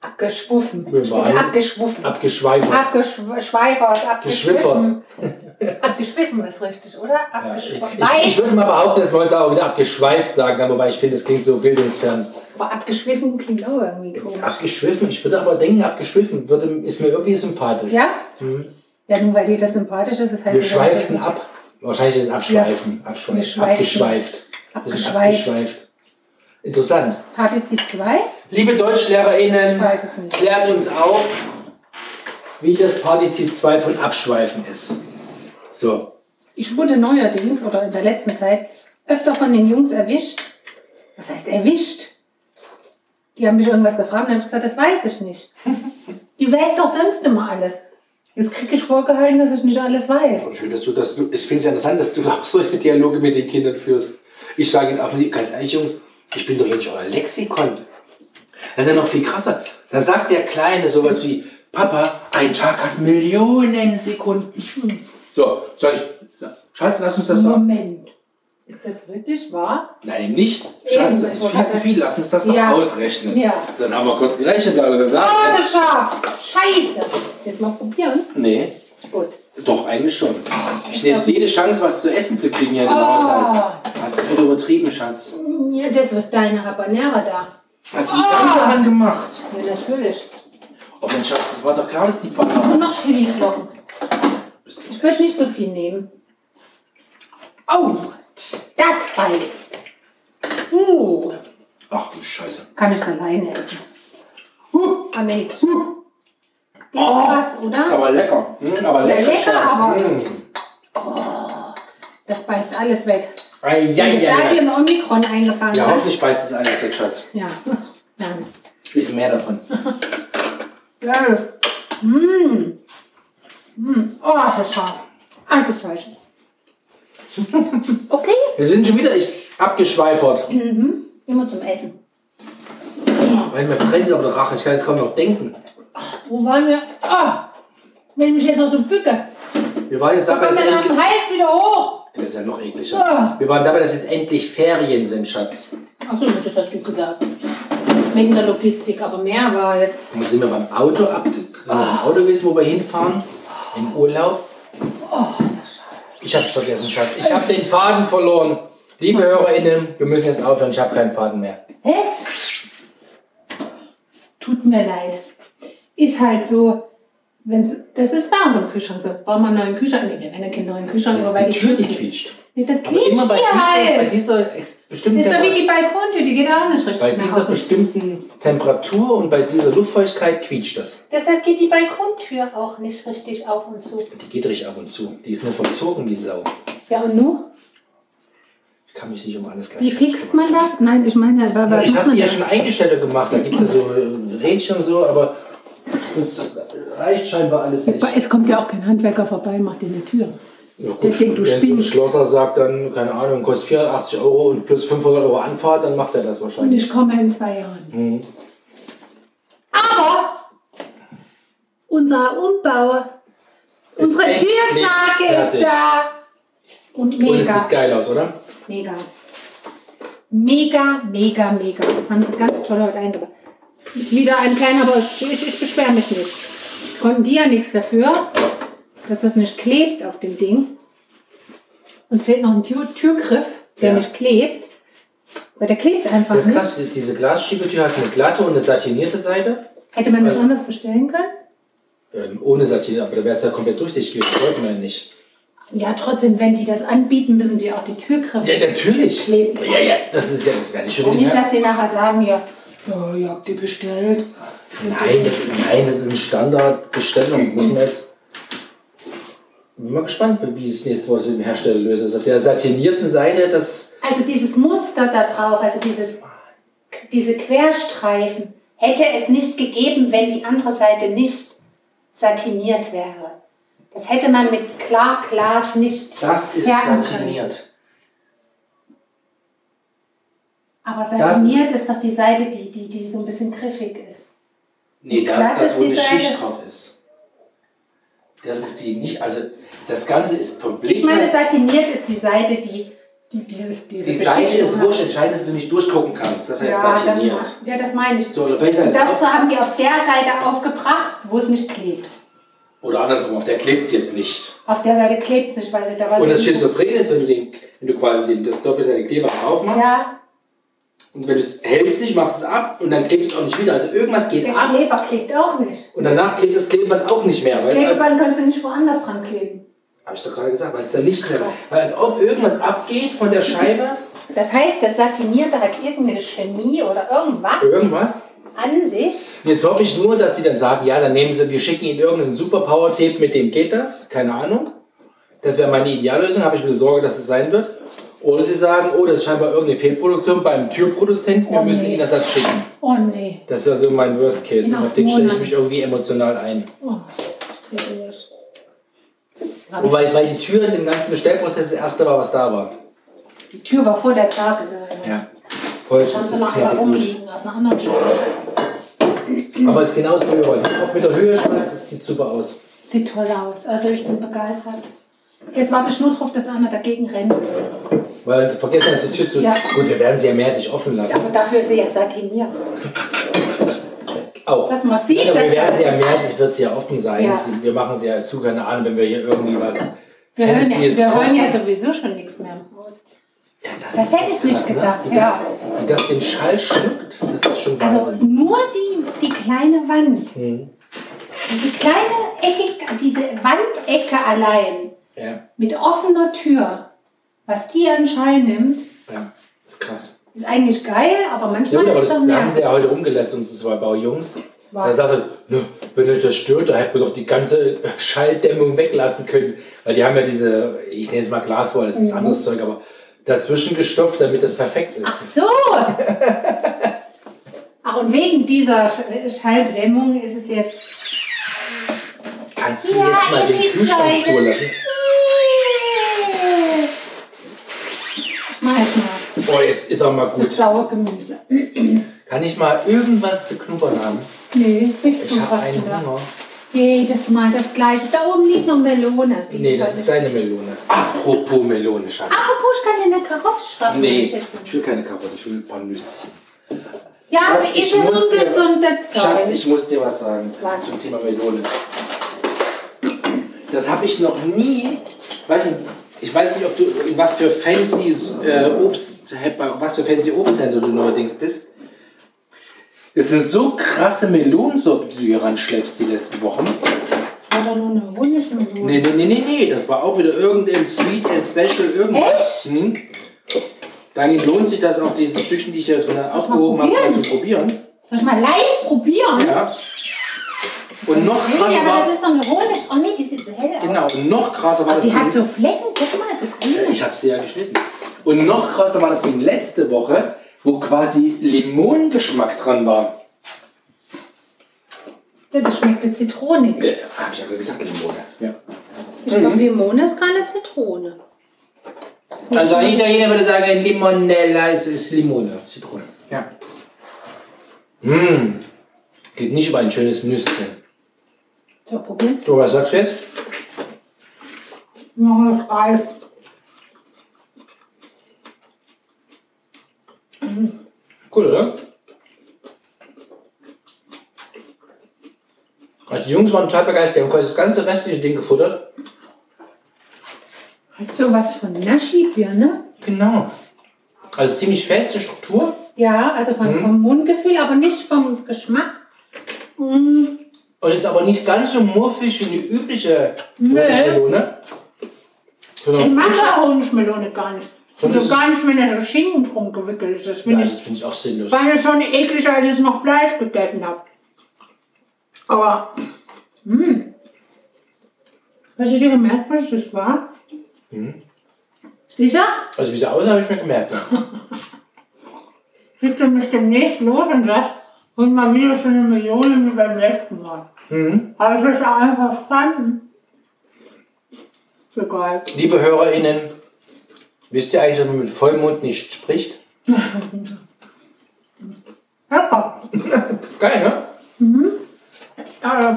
[SPEAKER 2] Abgeschwuffen.
[SPEAKER 3] Wir
[SPEAKER 2] Ich bin
[SPEAKER 3] waren-
[SPEAKER 2] abgeschwuffen.
[SPEAKER 3] Abgeschweifert.
[SPEAKER 2] Abgeschweifert,
[SPEAKER 3] Geschwiffert.
[SPEAKER 2] abgeschwiffen. Abgeschwiffen ist richtig, oder?
[SPEAKER 3] Ja, ich, ich,
[SPEAKER 2] Abgeschwiffen.
[SPEAKER 3] ich würde mal behaupten, dass man uns auch wieder abgeschweift sagen kann, wobei ich finde, das klingt so bildungsfern.
[SPEAKER 2] Aber abgeschwiffen klingt auch irgendwie komisch.
[SPEAKER 3] Abgeschwiffen? Ich würde aber denken, abgeschwiffen würde, ist mir irgendwie sympathisch.
[SPEAKER 2] Ja? Ja, nur weil dir das sympathisch ist, das heißt
[SPEAKER 3] Mhm. Wir
[SPEAKER 2] ja, dass
[SPEAKER 3] schweiften
[SPEAKER 2] ich-
[SPEAKER 3] ab. Wahrscheinlich ist es Abschweifen. Abschweifen.
[SPEAKER 2] Wir schweifen.
[SPEAKER 3] Abgeschweift. Wir sind
[SPEAKER 2] Abgeschweift.
[SPEAKER 3] abgeschweift. Interessant.
[SPEAKER 2] Partizip 2?
[SPEAKER 3] Liebe DeutschlehrerInnen,
[SPEAKER 2] Ich weiß es nicht.
[SPEAKER 3] klärt uns auf, wie das Partizip 2 von Abschweifen ist. So.
[SPEAKER 2] Ich wurde neuerdings oder in der letzten Zeit öfter von den Jungs erwischt. Was heißt erwischt? Die haben mich irgendwas gefragt und dann habe ich gesagt, das weiß ich nicht. Die weiß doch sonst immer alles. Jetzt kriege ich vorgehalten, dass ich nicht alles weiß.
[SPEAKER 3] Schön, dass du das. Ich finde es ja interessant, dass du auch solche Dialoge mit den Kindern führst. Ich sage ihnen offen, ganz ehrlich, Jungs, ich bin doch jetzt euer Lexikon. Das ist ja noch viel krasser. Da sagt der Kleine sowas wie, Papa, ein Tag hat Millionen Sekunden. So, sag ich, Schatz, lass uns das mal.
[SPEAKER 2] Moment. Ist das wirklich wahr?
[SPEAKER 3] Nein, eben nicht. Schatz,
[SPEAKER 2] Eben,
[SPEAKER 3] das
[SPEAKER 2] das
[SPEAKER 3] ist viel
[SPEAKER 2] wollte
[SPEAKER 3] zu
[SPEAKER 2] ich-
[SPEAKER 3] viel. Lass uns das noch
[SPEAKER 2] Ja.
[SPEAKER 3] ausrechnen.
[SPEAKER 2] Ja.
[SPEAKER 3] So, dann haben wir kurz gerechnet, bla bla bla, bla.
[SPEAKER 2] Oh, so scharf! Scheiße! Das mal probieren.
[SPEAKER 3] Nee,
[SPEAKER 2] Gut.
[SPEAKER 3] doch, eigentlich schon. Ich nehme jetzt jede Chance, was zu essen zu kriegen hier in dem
[SPEAKER 2] Ah.
[SPEAKER 3] Haushalt. Hast du wieder übertrieben, Schatz?
[SPEAKER 2] Ja, das ist deine Habanera da.
[SPEAKER 3] Hast du die
[SPEAKER 2] Ah.
[SPEAKER 3] ganze Hand gemacht?
[SPEAKER 2] Ja, natürlich.
[SPEAKER 3] Oh mein Schatz, das war doch klar, dass die
[SPEAKER 2] Und
[SPEAKER 3] Banane.
[SPEAKER 2] noch Chiliflocken. Ich würde nicht so viel nehmen. Au! Das beißt. Uh,
[SPEAKER 3] Ach du Scheiße.
[SPEAKER 2] kann ich alleine essen. Uh, ah nee. Uh. Das ist krass, oder?
[SPEAKER 3] Aber lecker. Hm, aber lecker.
[SPEAKER 2] Lecker,
[SPEAKER 3] Schatz.
[SPEAKER 2] aber. Oh, das beißt alles weg.
[SPEAKER 3] Ei, Hm. ja,
[SPEAKER 2] Wenn
[SPEAKER 3] ja,
[SPEAKER 2] da dir
[SPEAKER 3] ja.
[SPEAKER 2] ein Omikron eingefangen
[SPEAKER 3] Ja,
[SPEAKER 2] hat.
[SPEAKER 3] hoffentlich beißt es alles weg, Schatz.
[SPEAKER 2] Ja. Nein.
[SPEAKER 3] Bisschen mehr davon.
[SPEAKER 2] Geil. Mmh. Mmh. Hm. Oh, das ist scharf. Alte Scheiße. Okay.
[SPEAKER 3] Wir sind schon wieder ich, abgeschweifert.
[SPEAKER 2] Mhm. Immer zum Essen.
[SPEAKER 3] Weil mir brennt aber der Rache. Ich kann jetzt kaum noch denken.
[SPEAKER 2] Wo waren wir? Ah, wenn ich mich jetzt noch so bücke,
[SPEAKER 3] Wir waren jetzt
[SPEAKER 2] dann
[SPEAKER 3] dabei,
[SPEAKER 2] kommt
[SPEAKER 3] dass
[SPEAKER 2] mir aus
[SPEAKER 3] endlich,
[SPEAKER 2] dem Hals wieder hoch.
[SPEAKER 3] das ist ja noch
[SPEAKER 2] Ah.
[SPEAKER 3] ekliger. Wir waren dabei, dass jetzt endlich Ferien sind, Schatz.
[SPEAKER 2] Achso, das hast du gesagt. Wegen der Logistik, aber mehr war jetzt.
[SPEAKER 3] Und dann sind wir beim Auto abge sind wir beim Auto gewesen, wo wir hinfahren. Im Urlaub.
[SPEAKER 2] Oh,
[SPEAKER 3] Ich hab's vergessen, Schatz. Ich hab den Faden verloren. Liebe HörerInnen, wir müssen jetzt aufhören. Ich hab keinen Faden mehr.
[SPEAKER 2] Es tut mir leid. Ist halt so, wenn's, das ist bei unserem Kühlschrank so. Brauchen wir einen neuen Kühlschrank? Nee, wir haben ja keinen neuen Kühlschrank,
[SPEAKER 3] Das
[SPEAKER 2] aber
[SPEAKER 3] ist
[SPEAKER 2] weil
[SPEAKER 3] die Tür, die quietscht.
[SPEAKER 2] Nee, das
[SPEAKER 3] Aber
[SPEAKER 2] quietscht hier
[SPEAKER 3] dieser, bei
[SPEAKER 2] halt.
[SPEAKER 3] dieser ex- bestimmten
[SPEAKER 2] Ist doch wie die Balkontür, die geht auch nicht
[SPEAKER 3] Bei
[SPEAKER 2] richtig nach
[SPEAKER 3] dieser
[SPEAKER 2] außen.
[SPEAKER 3] bestimmten Temperatur und bei dieser Luftfeuchtigkeit quietscht das.
[SPEAKER 4] Deshalb geht die Balkontür auch nicht richtig auf und zu.
[SPEAKER 3] Die geht richtig ab und zu. Die ist nur verzogen, die Sau.
[SPEAKER 2] Ja, und nun?
[SPEAKER 3] Ich kann mich nicht um alles
[SPEAKER 2] Wie
[SPEAKER 3] gleich.
[SPEAKER 2] fixt man das? Nein, ich meine, wa- was
[SPEAKER 3] Ich
[SPEAKER 2] macht
[SPEAKER 3] habe
[SPEAKER 2] man
[SPEAKER 3] die ja
[SPEAKER 2] da?
[SPEAKER 3] schon eingestellt gemacht. Da gibt es ja so äh, Rädchen und so, aber das reicht scheinbar alles nicht.
[SPEAKER 2] Aber es kommt ja auch kein Handwerker vorbei und macht dir eine Tür.
[SPEAKER 3] Ja, gut,
[SPEAKER 2] Der denkt, du
[SPEAKER 3] wenn so ein
[SPEAKER 2] spinnst.
[SPEAKER 3] Schlosser sagt dann, keine Ahnung, kostet 480 Euro und plus 500 Euro Anfahrt, dann macht er das
[SPEAKER 2] Und
[SPEAKER 3] wahrscheinlich.
[SPEAKER 2] ich komme in zwei Jahren.
[SPEAKER 3] Mhm.
[SPEAKER 2] Aber unser Umbau, unsere
[SPEAKER 3] echt nicht
[SPEAKER 2] Türzage
[SPEAKER 3] fertig.
[SPEAKER 2] ist da. Und
[SPEAKER 3] Und es
[SPEAKER 2] mega,
[SPEAKER 3] sieht geil aus, oder?
[SPEAKER 2] mega. Mega, mega, mega. Das haben sie ganz toll heute eingebaut. Wieder ein kleiner, aber ich, ich, ich beschwere mich nicht. Konnten die ja nichts dafür, dass das nicht klebt auf dem Ding. Uns fehlt noch ein Tür Türgriff, der
[SPEAKER 3] Ja.
[SPEAKER 2] nicht klebt. Weil der klebt einfach
[SPEAKER 3] Das ist
[SPEAKER 2] nicht.
[SPEAKER 3] krass, die- diese Glasschiebetür hat eine glatte und eine satinierte Seite.
[SPEAKER 2] Hätte man das
[SPEAKER 3] Also-
[SPEAKER 2] anders bestellen können?
[SPEAKER 3] Ähm, ohne Satire, aber da wäre es ja komplett durchsichtig gewesen. Wollten wir ja nicht.
[SPEAKER 2] Ja, trotzdem, wenn die das anbieten, müssen die auch die Türgriffe.
[SPEAKER 3] Ja, natürlich.
[SPEAKER 2] Leben.
[SPEAKER 3] Ja, ja, das ist ja, das wäre nicht schon
[SPEAKER 2] Und
[SPEAKER 3] wieder.
[SPEAKER 2] nicht, dass die nachher sagen, ja, oh, ihr habt die bestellt.
[SPEAKER 3] Nein, das, nein, das ist eine Standardbestellung. Muss man jetzt. Bin mal gespannt, wie sich nächste Woche das mit dem Hersteller löst. Also Auf der satinierten Seite, das.
[SPEAKER 2] Also dieses Muster da drauf, also dieses, diese Querstreifen, hätte es nicht gegeben, wenn die andere Seite nicht satiniert wäre. Das hätte man mit Klarglas nicht
[SPEAKER 3] Das ist
[SPEAKER 2] merken können.
[SPEAKER 3] satiniert.
[SPEAKER 2] Aber
[SPEAKER 3] Das ist-
[SPEAKER 2] satiniert ist doch die Seite, die, die, die so ein bisschen griffig ist.
[SPEAKER 3] Nee, das,
[SPEAKER 2] Das
[SPEAKER 3] das,
[SPEAKER 2] ist
[SPEAKER 3] wo
[SPEAKER 2] die
[SPEAKER 3] eine
[SPEAKER 2] Seite.
[SPEAKER 3] Schicht drauf ist. Das ist die nicht, also das Ganze ist
[SPEAKER 2] Ich meine,
[SPEAKER 3] problemlos.
[SPEAKER 2] satiniert ist die Seite, die, die dieses, diese
[SPEAKER 3] Die Seite
[SPEAKER 2] Beschichtung
[SPEAKER 3] ist
[SPEAKER 2] hat.
[SPEAKER 3] wurscht, entscheidend, dass du nicht durchgucken kannst. Das heißt
[SPEAKER 2] Ja, das,
[SPEAKER 3] satiniert.
[SPEAKER 2] ja, das meine ich.
[SPEAKER 3] So, oder vielleicht ist
[SPEAKER 2] das
[SPEAKER 3] das
[SPEAKER 2] so haben die auf der Seite aufgebracht, wo es nicht klebt.
[SPEAKER 3] Oder andersrum, auf der klebt es jetzt nicht.
[SPEAKER 2] Auf der Seite klebt es nicht, weil sie da was.
[SPEAKER 3] Und das Schizophren ist, wenn du, den, wenn du quasi den, das doppelte Kleber draufmachst
[SPEAKER 2] Ja,
[SPEAKER 3] und wenn du es hältst nicht, machst es ab und dann klebt es auch nicht wieder. Also irgendwas geht
[SPEAKER 2] der
[SPEAKER 3] ab
[SPEAKER 2] Kleber klebt auch nicht.
[SPEAKER 3] und danach klebt das Klebeband auch nicht mehr.
[SPEAKER 2] Das
[SPEAKER 3] Weil als,
[SPEAKER 2] Klebeband kannst du nicht woanders dran kleben.
[SPEAKER 3] hab ich doch gerade gesagt, weil es da nicht klebt.
[SPEAKER 2] Krass.
[SPEAKER 3] Weil als ob irgendwas abgeht von der Scheibe,
[SPEAKER 2] Das heißt, das Satinierte hat irgendeine Chemie oder irgendwas
[SPEAKER 3] irgendwas.
[SPEAKER 2] an sich.
[SPEAKER 3] Und Jetzt hoffe ich nur, dass die dann sagen, ja, dann nehmen sie, wir schicken ihnen irgendeinen Superpower-Tape, mit dem geht das, keine Ahnung. Das wäre meine Ideallösung, habe ich mir Sorge, dass es sein wird. Oder sie sagen, oh, das ist scheinbar irgendeine Fehlproduktion beim Türproduzenten, wir
[SPEAKER 2] Oh,
[SPEAKER 3] müssen
[SPEAKER 2] nee. Genau.
[SPEAKER 3] ihnen das als schicken.
[SPEAKER 2] Oh nee.
[SPEAKER 3] Das wäre so mein Worst Case
[SPEAKER 2] Nach
[SPEAKER 3] und auf den stelle ich
[SPEAKER 2] Monaten.
[SPEAKER 3] mich irgendwie emotional ein.
[SPEAKER 2] Oh, ich drehe durch.
[SPEAKER 3] Wobei bei die Tür in dem ganzen Bestellprozess das erste war, was da war.
[SPEAKER 2] Die Tür war vor der Tafel. Da
[SPEAKER 3] Ja. Holz ist
[SPEAKER 2] Kannst du
[SPEAKER 3] das
[SPEAKER 2] noch einmal
[SPEAKER 3] fertig.
[SPEAKER 2] rumliegen aus einer anderen Schule.
[SPEAKER 3] Aber es ist genauso wie heute. Auch mit der Höhe schon, es sieht super aus.
[SPEAKER 2] Sieht toll aus. Also ich bin begeistert. Jetzt warte ich nur drauf, dass einer dagegen rennt.
[SPEAKER 3] Weil vergessen, dass die Tür zu.
[SPEAKER 2] Ja.
[SPEAKER 3] Gut, wir werden sie ja mehrheitlich offen lassen.
[SPEAKER 2] Aber dafür ist sie ja satiniert.
[SPEAKER 3] Auch.
[SPEAKER 2] Dass man sieht,
[SPEAKER 3] ja, aber wir
[SPEAKER 2] dass
[SPEAKER 3] werden
[SPEAKER 2] das
[SPEAKER 3] sie ja
[SPEAKER 2] ist.
[SPEAKER 3] mehrheitlich, wird sie ja offen sein.
[SPEAKER 2] Ja.
[SPEAKER 3] Sie- Wir machen sie ja zu, keine Ahnung, wenn wir hier irgendwie was.
[SPEAKER 2] Wir hören, ja,
[SPEAKER 3] Fancyes
[SPEAKER 2] wir
[SPEAKER 3] kochen.
[SPEAKER 2] hören ja sowieso schon nichts mehr im Haus.
[SPEAKER 3] Ja, das,
[SPEAKER 2] Das
[SPEAKER 3] ist
[SPEAKER 2] hätte
[SPEAKER 3] echt
[SPEAKER 2] ich nicht
[SPEAKER 3] ne?
[SPEAKER 2] gedacht,
[SPEAKER 3] Wie,
[SPEAKER 2] ja.
[SPEAKER 3] das, wie das den Schall schluckt, das ist schon
[SPEAKER 2] Also
[SPEAKER 3] Wahnsinn. Hm.
[SPEAKER 2] nur die, die kleine Wand. Die kleine Ecke, diese Wandecke allein
[SPEAKER 3] ja,
[SPEAKER 2] mit offener Tür, was die an Schall nimmt,
[SPEAKER 3] ja, das ist krass.
[SPEAKER 2] ist eigentlich geil, aber
[SPEAKER 3] Ja,
[SPEAKER 2] manchmal
[SPEAKER 3] gut, aber
[SPEAKER 2] ist es
[SPEAKER 3] das
[SPEAKER 2] doch
[SPEAKER 3] da haben sie
[SPEAKER 2] mehr.
[SPEAKER 3] ja heute rumgelässt, uns zwei Baujungs. Da
[SPEAKER 2] Was?
[SPEAKER 3] sagt er, "Nö, wenn euch das stört, da hätten wir doch die ganze Schalldämmung weglassen können. Weil die haben ja diese, ich nenne es mal Glaswolle, das ist
[SPEAKER 2] Mhm.
[SPEAKER 3] anderes Zeug, aber dazwischen gestopft, damit das perfekt ist.
[SPEAKER 2] Ach so! Ach, und wegen dieser Sch- Schalldämmung ist es jetzt.
[SPEAKER 3] Kannst du
[SPEAKER 2] Ja,
[SPEAKER 3] jetzt mal den
[SPEAKER 2] ich
[SPEAKER 3] Kühlschrank
[SPEAKER 2] weiß.
[SPEAKER 3] zulassen?
[SPEAKER 2] Mach jetzt mal
[SPEAKER 3] Boah, Oh, jetzt ist auch mal gut.
[SPEAKER 2] das saure Gemüse.
[SPEAKER 3] Kann ich mal irgendwas zu knubbern haben?
[SPEAKER 2] Nee, ist nichts
[SPEAKER 3] Ich
[SPEAKER 2] von
[SPEAKER 3] habe
[SPEAKER 2] was
[SPEAKER 3] einen
[SPEAKER 2] du da.
[SPEAKER 3] Hunger.
[SPEAKER 2] Jedes Mal das gleiche. Da oben liegt noch Melone. Die
[SPEAKER 3] Nee,
[SPEAKER 2] ich
[SPEAKER 3] das
[SPEAKER 2] heute-
[SPEAKER 3] ist deine Melone. Ah, Apropos Melone, Schatz.
[SPEAKER 2] Apropos, ich kann dir eine Karotte schreiben.
[SPEAKER 3] Nee,
[SPEAKER 2] wenn Ah, ich jetzt-
[SPEAKER 3] ich will keine Karotte, ich will ein paar Nüsse.
[SPEAKER 2] Ja, aber
[SPEAKER 3] Schatz,
[SPEAKER 2] ist
[SPEAKER 3] ich
[SPEAKER 2] das
[SPEAKER 3] muss dir-
[SPEAKER 2] ungesunde
[SPEAKER 3] Schatz,
[SPEAKER 2] Zeug?
[SPEAKER 3] ich muss dir was sagen
[SPEAKER 2] Was?
[SPEAKER 3] zum Thema Melone. Das habe ich noch nie. Weiß nicht, ich weiß nicht, ob du in was für fancy äh, Obst, bei was für fancy Obsthändler du neuerdings bist. Das sind so krasse Melonensorten, die du hier reinschleppst die letzten Wochen.
[SPEAKER 2] Ich war doch nur eine Honigmelone.
[SPEAKER 3] Nee, nee, nee, nee, nee, das war auch wieder irgendein Sweet and Special irgendwas.
[SPEAKER 2] Echt?
[SPEAKER 3] Hm? Dann lohnt sich das auch, diese Stückchen, die ich jetzt von aufgehoben habe, mal
[SPEAKER 2] probieren.
[SPEAKER 3] zu probieren.
[SPEAKER 2] Soll ich mal live probieren?
[SPEAKER 3] Ja. Und noch
[SPEAKER 2] Nee,
[SPEAKER 3] krasser
[SPEAKER 2] aber das
[SPEAKER 3] war,
[SPEAKER 2] ist doch eine Honig. Oh nee, die sieht so hell aus.
[SPEAKER 3] genau, und noch krasser war das
[SPEAKER 2] Die hat
[SPEAKER 3] Ding,
[SPEAKER 2] so Flecken. Guck mal, so grün.
[SPEAKER 3] ich habe sie ja geschnitten. Und noch krasser war das Ding letzte Woche, wo quasi Limonengeschmack dran war.
[SPEAKER 2] Das schmeckt zitronig.
[SPEAKER 3] Äh, hab ich ja gesagt, Limone. Ja.
[SPEAKER 2] Ich glaube, Limone ist keine Zitrone.
[SPEAKER 3] Also ein Italiener würde sagen, Limonella ist, ist Limone, Zitrone. Ja. Mmh. Geht nicht über ein schönes Nüsschen.
[SPEAKER 2] So, probieren.
[SPEAKER 3] So, was sagst du jetzt?
[SPEAKER 2] Ja, das reißt.
[SPEAKER 3] Cool, oder? Also die Jungs waren total begeistert, die haben quasi das ganze restliche Ding gefuttert.
[SPEAKER 2] Hat sowas von ne? Naschi-Birne.
[SPEAKER 3] Genau. Also ziemlich feste Struktur.
[SPEAKER 2] Ja, also von,
[SPEAKER 3] Hm?
[SPEAKER 2] vom Mundgefühl, aber nicht vom Geschmack.
[SPEAKER 3] Und ist aber nicht ganz so muffig wie die übliche Melone.
[SPEAKER 5] Ich
[SPEAKER 3] Sondern
[SPEAKER 5] mag ja Honigmelone gar nicht.
[SPEAKER 3] Und das
[SPEAKER 5] Also gar nicht, wenn da so Schinken drum gewickelt ist. Das finde
[SPEAKER 3] Nein, das
[SPEAKER 5] ich,
[SPEAKER 3] finde ich auch sinnlos.
[SPEAKER 5] war ja schon eklig, als ich noch Fleisch gegessen habe. Aber, hm. Hast du dir gemerkt, was das war?
[SPEAKER 2] Sicher?
[SPEAKER 3] Also wie sie aussah, habe ich mir gemerkt. ja.
[SPEAKER 5] Siehst du mich demnächst los und sagst, hol mal wieder so eine Million wie beim letzten Mal. Aber ich habe es einfach verstanden. So geil.
[SPEAKER 3] Liebe HörerInnen, wisst ihr eigentlich, dass man mit Vollmond nicht spricht?
[SPEAKER 5] Lecker.
[SPEAKER 3] Geil, ne?
[SPEAKER 5] Äh,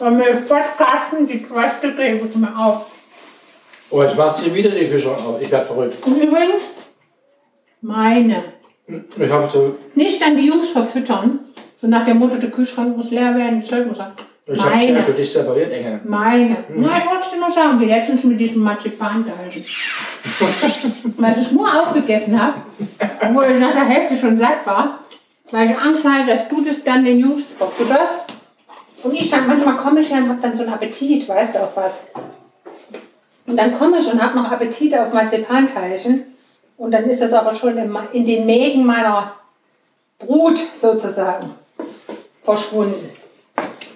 [SPEAKER 5] wenn wir Podcasten, die Queste gebe ich mir auf.
[SPEAKER 3] Oh, jetzt macht sie wieder die Fischer auf. Ich werd verrückt.
[SPEAKER 5] Und übrigens, meine.
[SPEAKER 3] Ich hab so.
[SPEAKER 5] Nicht an die Jungs verfüttern. So nach dem Motto, der Kühlschrank muss leer werden, das Zeug muss ab.
[SPEAKER 3] Ich hab's ja für
[SPEAKER 5] Meine,
[SPEAKER 3] dich separiert, Engel.
[SPEAKER 5] meine. Na, ich wollte dir nur sagen, wir jetzt uns mit diesem Marzipan teilen. Was ich nur aufgegessen habe, obwohl ich nach der Hälfte schon satt war, weil ich Angst hatte, dass du das dann den Jungs aufgibst.
[SPEAKER 2] Und ich dann manchmal komme ich her und habe dann so einen Appetit, weißt du auf was. Und dann komme ich und habe noch Appetit auf Marzipanteilchen. Und dann ist das aber schon in, ma- in den Mägen meiner Brut sozusagen verschwunden.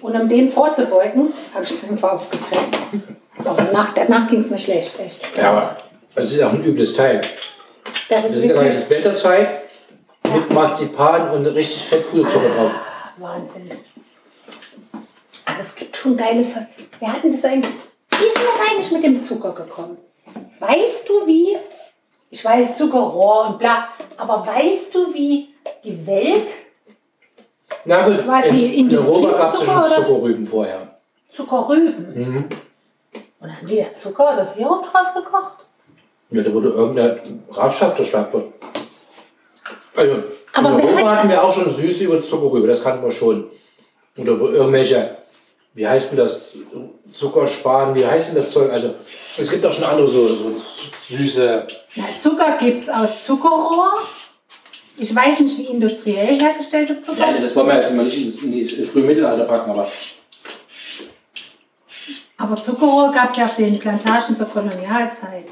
[SPEAKER 2] Und um dem vorzubeugen, habe ich es einfach aufgefressen. Aber nach, danach ging es mir schlecht, echt.
[SPEAKER 3] Ja, aber es ist auch ein übles Teig.
[SPEAKER 2] Das
[SPEAKER 3] Das
[SPEAKER 2] ist
[SPEAKER 3] ist ja
[SPEAKER 2] wirklich
[SPEAKER 3] dieses Blätterteig mit Marzipan und richtig fett Puderzucker drauf.
[SPEAKER 2] Wahnsinn. Also es gibt schon geile Ver Wir hatten das eigentlich. Wie ist denn das eigentlich mit dem Zucker gekommen? Weißt du wie? Ich weiß Zuckerrohr und bla. Aber weißt du wie die Welt
[SPEAKER 3] Na gut,
[SPEAKER 2] Was,
[SPEAKER 3] in,
[SPEAKER 2] die
[SPEAKER 3] in Europa
[SPEAKER 2] Industriezucker,
[SPEAKER 3] gab es schon
[SPEAKER 2] oder?
[SPEAKER 3] Zuckerrüben vorher.
[SPEAKER 2] Zuckerrüben?
[SPEAKER 3] Mhm.
[SPEAKER 2] Und haben die da Zucker oder Sirup draus gekocht?
[SPEAKER 3] Ja, da wurde irgendein Grafschaft erschlagen worden. Also,
[SPEAKER 2] Aber
[SPEAKER 3] in
[SPEAKER 2] wer
[SPEAKER 3] Europa
[SPEAKER 2] hat-
[SPEAKER 3] hatten wir auch schon Süße über Zuckerrübe, das kannten wir schon. Oder wo irgendwelche, wie heißt denn das, Zuckerspan, wie heißt denn das Zeug? Also, es gibt auch schon andere so, so süße,
[SPEAKER 2] Na, Zucker gibt es aus Zuckerrohr. Ich weiß nicht, wie industriell hergestellte Zucker.
[SPEAKER 3] also das wollen wir jetzt mal nicht in das frühe Mittelalter packen, aber
[SPEAKER 2] Aber Zuckerrohr gab es ja auf den Plantagen zur Kolonialzeit.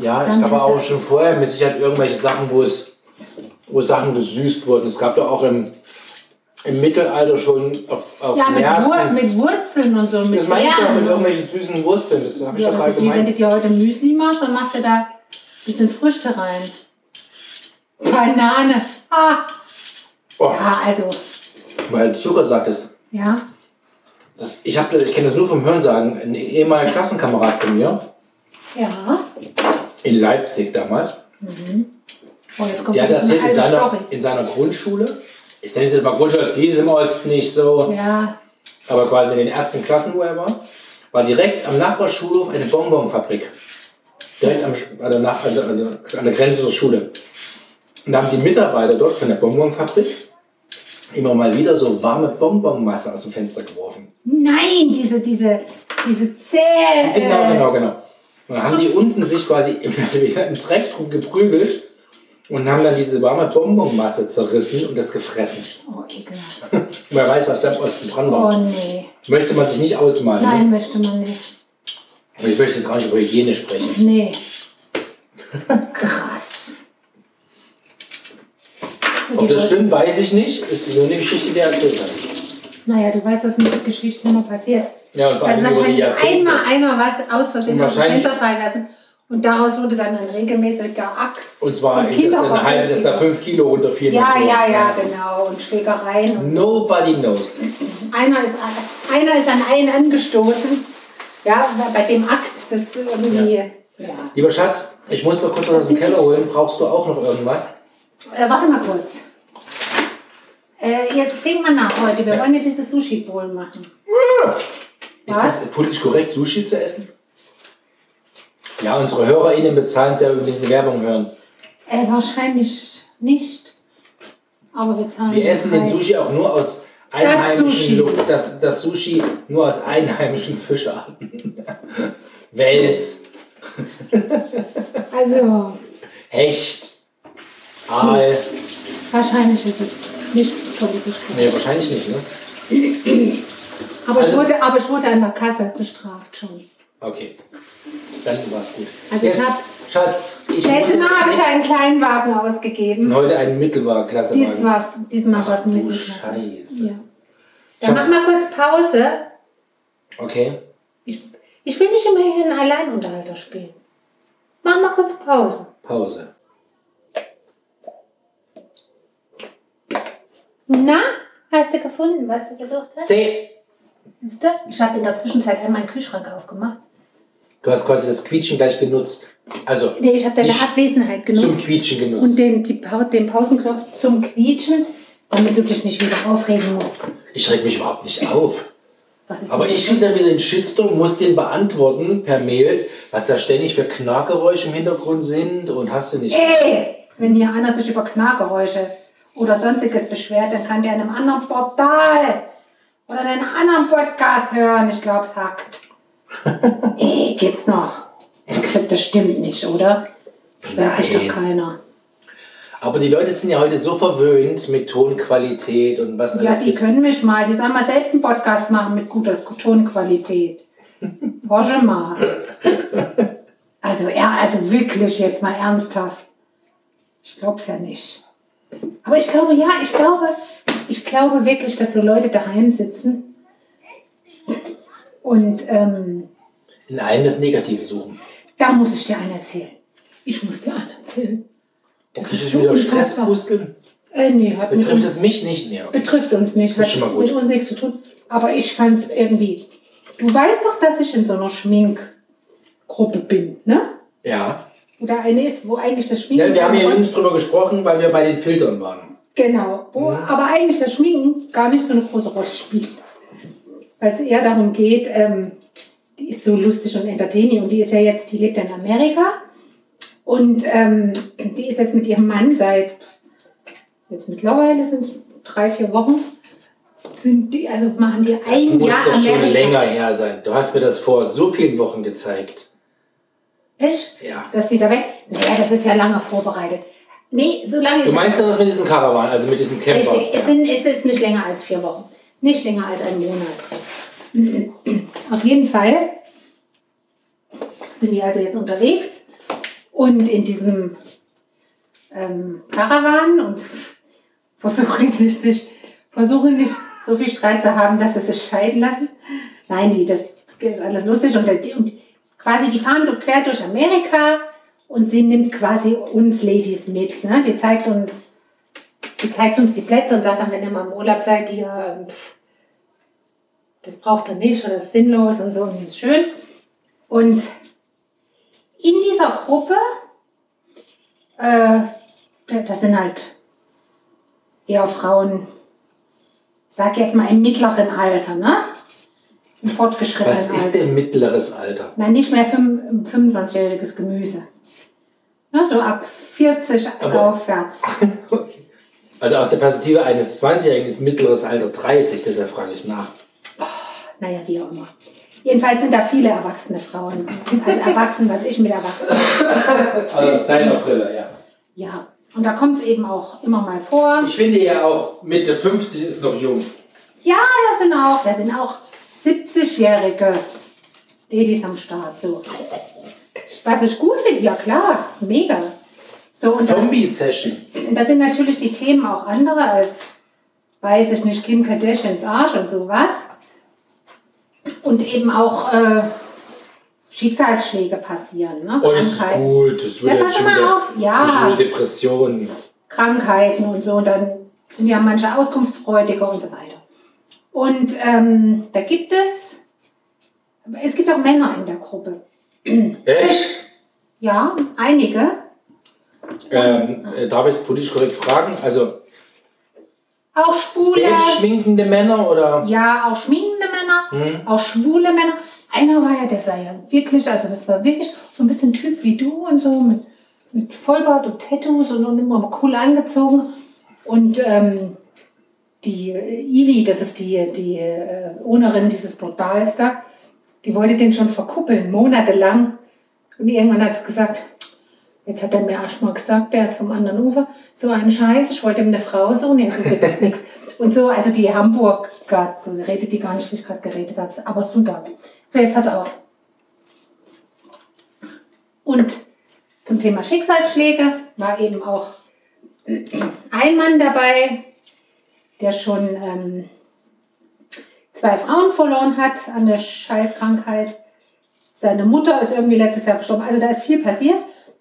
[SPEAKER 3] Ja, es
[SPEAKER 2] Dann
[SPEAKER 3] gab aber
[SPEAKER 2] ist
[SPEAKER 3] auch
[SPEAKER 2] es-
[SPEAKER 3] schon vorher mit Sicherheit irgendwelche Sachen, wo es wo Sachen gesüßt wurden. Es gab da auch im, im Mittelalter schon auf, auf
[SPEAKER 2] Ja, mit, Wur
[SPEAKER 3] Märkten.
[SPEAKER 2] mit Wurzeln und so. Mit
[SPEAKER 3] das meine ich doch
[SPEAKER 2] Beeren
[SPEAKER 3] mit
[SPEAKER 2] und so.
[SPEAKER 3] irgendwelchen süßen Wurzeln. Das habe ich
[SPEAKER 2] Ja, das
[SPEAKER 3] doch gerade
[SPEAKER 2] ist wie wenn du
[SPEAKER 3] gemeint.
[SPEAKER 2] dir heute Müsli machst und machst dir da ein bisschen Früchte rein. Banane. Ah,
[SPEAKER 3] Oh,
[SPEAKER 2] ah also,
[SPEAKER 3] weil du Zucker sagtest.
[SPEAKER 2] ja.
[SPEAKER 3] Das, ich hab das- ich kenne das nur vom Hörensagen. Ein ehemaliger Klassenkamerad von mir
[SPEAKER 2] Ja.
[SPEAKER 3] in Leipzig damals,
[SPEAKER 2] Oh, jetzt kommt
[SPEAKER 3] der hat
[SPEAKER 2] wieder so
[SPEAKER 3] erzählt, in
[SPEAKER 2] eine alte
[SPEAKER 3] seiner,
[SPEAKER 2] Story.
[SPEAKER 3] in seiner Grundschule, ich nenne es jetzt mal Grundschule, das hieß im Osten nicht so,
[SPEAKER 2] Ja,
[SPEAKER 3] aber quasi in den ersten Klassen, wo er war, war direkt am Nachbarschulhof eine Bonbonfabrik. Direkt am, Sch- also nach, also, also an der Grenze zur Schule. Und da haben die Mitarbeiter dort von der Bonbonfabrik immer mal wieder so warme Bonbonmasse aus dem Fenster geworfen.
[SPEAKER 2] nein, diese, diese, diese zäh.
[SPEAKER 3] Genau,
[SPEAKER 2] äh,
[SPEAKER 3] genau, genau. Und dann haben die unten sich quasi im, im Dreck geprügelt und haben dann diese warme Bonbonmasse zerrissen und das gefressen.
[SPEAKER 2] Oh, ekelhaft.
[SPEAKER 3] Wer weiß, was da im Osten dran
[SPEAKER 2] Oh,
[SPEAKER 3] war.
[SPEAKER 2] nee.
[SPEAKER 3] Möchte man sich nicht ausmalen. ne?
[SPEAKER 2] Nein, möchte man nicht.
[SPEAKER 3] Und ich möchte jetzt gar nicht über Hygiene sprechen.
[SPEAKER 2] Nee. Krass. Und
[SPEAKER 3] Ob
[SPEAKER 2] die
[SPEAKER 3] das
[SPEAKER 2] wollten-
[SPEAKER 3] stimmt, weiß ich nicht. Ist nur eine Geschichte, die er erzählt hat.
[SPEAKER 2] Naja, du weißt, was mit Geschichten immer passiert.
[SPEAKER 3] Ja, und vor
[SPEAKER 2] also
[SPEAKER 3] allem über die
[SPEAKER 2] wahrscheinlich
[SPEAKER 3] Jahrzehnte.
[SPEAKER 2] einmal einer was aus Versehen
[SPEAKER 3] Und
[SPEAKER 2] aus dem
[SPEAKER 3] wahrscheinlich-
[SPEAKER 2] Fenster fallen lassen. Und daraus wurde dann ein regelmäßiger Akt.
[SPEAKER 3] Und zwar,
[SPEAKER 2] von
[SPEAKER 3] dass dann heißt, dass
[SPEAKER 2] Kindervergewaltigung.
[SPEAKER 3] da 5 Kilo runterfielen.
[SPEAKER 2] Ja,
[SPEAKER 3] und so.
[SPEAKER 2] ja, ja, genau. Und Schlägereien. Und
[SPEAKER 3] Nobody knows.
[SPEAKER 2] einer, ist, an- einer ist an einen angestoßen. Ja, bei dem Akt, das irgendwie. Ja.
[SPEAKER 3] Lieber Schatz, ich muss mal kurz was aus dem Keller holen. Brauchst du auch noch irgendwas?
[SPEAKER 2] Äh, warte mal kurz. Äh, jetzt denk mal nach heute. Wir wollen ja diese Sushi-Bowl machen.
[SPEAKER 3] Ist
[SPEAKER 2] Was?
[SPEAKER 3] das politisch korrekt, Sushi zu essen? Ja, unsere HörerInnen bezahlen es ja, wenn diese Werbung hören.
[SPEAKER 2] Äh, wahrscheinlich nicht. Aber wir zahlen.
[SPEAKER 3] Wir essen den
[SPEAKER 2] Preis.
[SPEAKER 3] Sushi auch nur aus einheimischen...
[SPEAKER 2] Sushi.
[SPEAKER 3] Lo- das, das Sushi nur aus einheimischen Fischarten. Wels,
[SPEAKER 2] Also.
[SPEAKER 3] Hecht, Aal...
[SPEAKER 2] Wahrscheinlich ist es nicht politisch korrekt.
[SPEAKER 3] Nee, wahrscheinlich nicht, ne?
[SPEAKER 2] Aber,
[SPEAKER 3] Also-
[SPEAKER 2] ich wurde, aber ich wurde an der Kasse bestraft schon.
[SPEAKER 3] Okay. Dann war's gut.
[SPEAKER 2] Also ich hab-
[SPEAKER 3] Schatz, ich muss
[SPEAKER 2] Letztes
[SPEAKER 3] jetzt
[SPEAKER 2] Mal habe ich einen kleinen Wagen ausgegeben.
[SPEAKER 3] und heute einen Mittelklassewagen.
[SPEAKER 2] Dies war's, diesmal war es ein
[SPEAKER 3] du
[SPEAKER 2] Mittelklasse.
[SPEAKER 3] Scheiße.
[SPEAKER 2] Ja. Dann mach mal kurz Pause.
[SPEAKER 3] Okay.
[SPEAKER 2] Ich, ich will nicht immer hier einen Alleinunterhalter spielen. Mach mal kurz Pause.
[SPEAKER 3] Pause.
[SPEAKER 2] Na, hast du gefunden, was du gesucht hast?
[SPEAKER 3] C.
[SPEAKER 2] Siehst du? Ich habe in der Zwischenzeit einmal einen Kühlschrank aufgemacht.
[SPEAKER 3] Du hast quasi das Quietschen gleich genutzt. Also.
[SPEAKER 2] Nee, ich habe deine
[SPEAKER 3] nicht
[SPEAKER 2] Abwesenheit genutzt.
[SPEAKER 3] Zum Quietschen genutzt.
[SPEAKER 2] Und den, die, Pau- den Pausenknopf zum Quietschen, damit du dich nicht wieder aufregen musst.
[SPEAKER 3] Ich reg mich überhaupt nicht auf.
[SPEAKER 2] Was ist
[SPEAKER 3] Aber
[SPEAKER 2] denn-
[SPEAKER 3] ich krieg dann wieder den Shitstorm, muss den beantworten per Mails, was da ständig für Knargeräusche im Hintergrund sind und hast du nicht.
[SPEAKER 2] Äh. Ey, wenn hier einer sich über Knargeräusche oder sonstiges beschwert, dann kann der in einem anderen Portal oder in einem anderen Podcast hören. Ich glaub's hack. Ey, geht's noch? Das, wird- das stimmt nicht, oder? Hört sich
[SPEAKER 3] Nein.
[SPEAKER 2] doch keiner.
[SPEAKER 3] Aber die Leute sind ja heute so verwöhnt mit Tonqualität und was
[SPEAKER 2] Ja,
[SPEAKER 3] alles.
[SPEAKER 2] die können mich mal. Die sollen mal selbst einen Podcast machen mit guter Tonqualität. Wasche mal. Also, er, also wirklich jetzt mal ernsthaft. Ich glaub's ja nicht. Aber ich glaube, ja, ich glaube, ich glaube wirklich, dass so Leute daheim sitzen und ähm,
[SPEAKER 3] in allem das Negative suchen.
[SPEAKER 2] da muss ich dir einen erzählen. Ich muss dir einen erzählen. ist
[SPEAKER 3] Das ist
[SPEAKER 2] so
[SPEAKER 3] wieder
[SPEAKER 2] unfassbar.
[SPEAKER 3] Stressbuskeln.
[SPEAKER 2] Äh, nee, hat mit
[SPEAKER 3] Betrifft
[SPEAKER 2] uns-
[SPEAKER 3] es mich nicht? Nee, okay.
[SPEAKER 2] betrifft uns nicht,
[SPEAKER 3] Ist schon mal
[SPEAKER 2] hat
[SPEAKER 3] gut.
[SPEAKER 2] mit uns nichts zu tun. Aber ich fand es irgendwie. Du weißt doch, dass ich in so einer Schminkgruppe bin, ne?
[SPEAKER 3] Ja.
[SPEAKER 2] Oder eine ist, wo eigentlich das Schminken.
[SPEAKER 3] ja. Wir haben ja jüngst drüber gesprochen, weil wir bei den Filtern waren.
[SPEAKER 2] Genau, wo aber eigentlich das Schminken gar nicht so eine große Rolle spielt. Weil es eher darum geht, ähm, die ist so lustig und entertaining und die ist ja jetzt, die lebt ja in Amerika und ähm, die ist jetzt mit ihrem Mann seit, jetzt mittlerweile sind es drei, vier Wochen, sind die, also machen die
[SPEAKER 3] Das
[SPEAKER 2] ein
[SPEAKER 3] muss
[SPEAKER 2] Jahr
[SPEAKER 3] doch
[SPEAKER 2] Amerika.
[SPEAKER 3] schon länger her sein. Du hast mir das vor so vielen Wochen gezeigt.
[SPEAKER 2] Echt?
[SPEAKER 3] Ja.
[SPEAKER 2] Dass die da weg? Naja, das ist ja lange vorbereitet. Nee, so lange
[SPEAKER 3] Du
[SPEAKER 2] ist
[SPEAKER 3] meinst doch das mit diesem Caravan, also mit diesem Camper.
[SPEAKER 2] Richtig, es, sind, es ist nicht länger als vier Wochen. Nicht länger als ein Monat. Auf jeden Fall sind die also jetzt unterwegs und in diesem ähm, Caravan und versuchen nicht, sich, versuchen nicht so viel Streit zu haben, dass sie sich scheiden lassen. Nein, die, das ist alles lustig und, die- und quasi die fahren durch- quer durch Amerika und sie nimmt quasi uns Ladies mit. Ne? Die zeigt uns die zeigt uns die Plätze und sagt dann, wenn ihr mal im Urlaub seid, ihr, ähm, pff, das braucht ihr nicht oder das ist sinnlos und so und das ist schön. Und in dieser Gruppe, äh, das sind halt eher Frauen, sag jetzt mal im mittleren Alter, ne? Im fortgeschrittenen
[SPEAKER 3] Was
[SPEAKER 2] Alter.
[SPEAKER 3] ist denn mittleres Alter?
[SPEAKER 2] Nein, nicht mehr fünf- 25-jähriges Gemüse. Ne, so ab 40
[SPEAKER 3] Aber-
[SPEAKER 2] aufwärts.
[SPEAKER 3] Also aus der Perspektive eines 20-Jährigen ist mittleres Alter 30, deshalb frage ich nach.
[SPEAKER 2] naja, wie auch immer. Jedenfalls sind da viele erwachsene Frauen. Also erwachsen, was ich mit erwachsen.
[SPEAKER 3] Also aus deiner Brille, ja.
[SPEAKER 2] Ja, und da kommt es eben auch immer mal vor.
[SPEAKER 3] Ich finde ja auch Mitte 50 ist noch jung.
[SPEAKER 2] Ja, das sind auch, das sind auch 70-jährige Ladies am Start. So. Was ich gut finde, ja klar, ist mega. So, und da,
[SPEAKER 3] Zombie-Session.
[SPEAKER 2] da sind natürlich die Themen auch andere als, weiß ich nicht, Kim Kardashians Arsch und sowas. Und eben auch äh, Schicksalsschläge passieren. Ne?
[SPEAKER 3] Oh, das ist
[SPEAKER 2] Krankheiten.
[SPEAKER 3] gut. Das wird
[SPEAKER 2] Ja,
[SPEAKER 3] jetzt
[SPEAKER 2] pass
[SPEAKER 3] schon
[SPEAKER 2] mal
[SPEAKER 3] wieder,
[SPEAKER 2] auf, ja.
[SPEAKER 3] das ist schon wieder Depressionen.
[SPEAKER 2] Krankheiten und so. Und dann sind ja manche auskunftsfreudiger und so weiter. Und ähm, da gibt es, es gibt auch Männer in der Gruppe.
[SPEAKER 3] Echt?
[SPEAKER 2] Ja, einige.
[SPEAKER 3] Ähm, äh, darf ich es politisch korrekt fragen? Also
[SPEAKER 2] Auch Schwule.
[SPEAKER 3] selbstschminkende Männer oder?
[SPEAKER 2] Ja, auch schminkende Männer, auch schwule Männer. Einer war ja, der sah ja wirklich, also das war wirklich so ein bisschen Typ wie du und so mit, mit Vollbart und Tattoos und, und immer cool angezogen. Und ähm, die äh, Ivi, das ist die, die äh, Ownerin dieses Portals da, die wollte den schon verkuppeln, monatelang. Und irgendwann hat sie gesagt, jetzt hat er mir erstmal gesagt, der ist vom anderen Ufer, so ein Scheiß, ich wollte ihm eine Frau suchen, jetzt wird das nichts. Und so, also die Hamburger, so redet die gar nicht, wie ich gerade geredet habe, aber ist super. So, jetzt pass auf. Und zum Thema Schicksalsschläge war eben auch ein Mann dabei, der schon ähm, zwei Frauen verloren hat an der Scheißkrankheit. Seine Mutter ist irgendwie letztes Jahr gestorben. Also da ist viel passiert.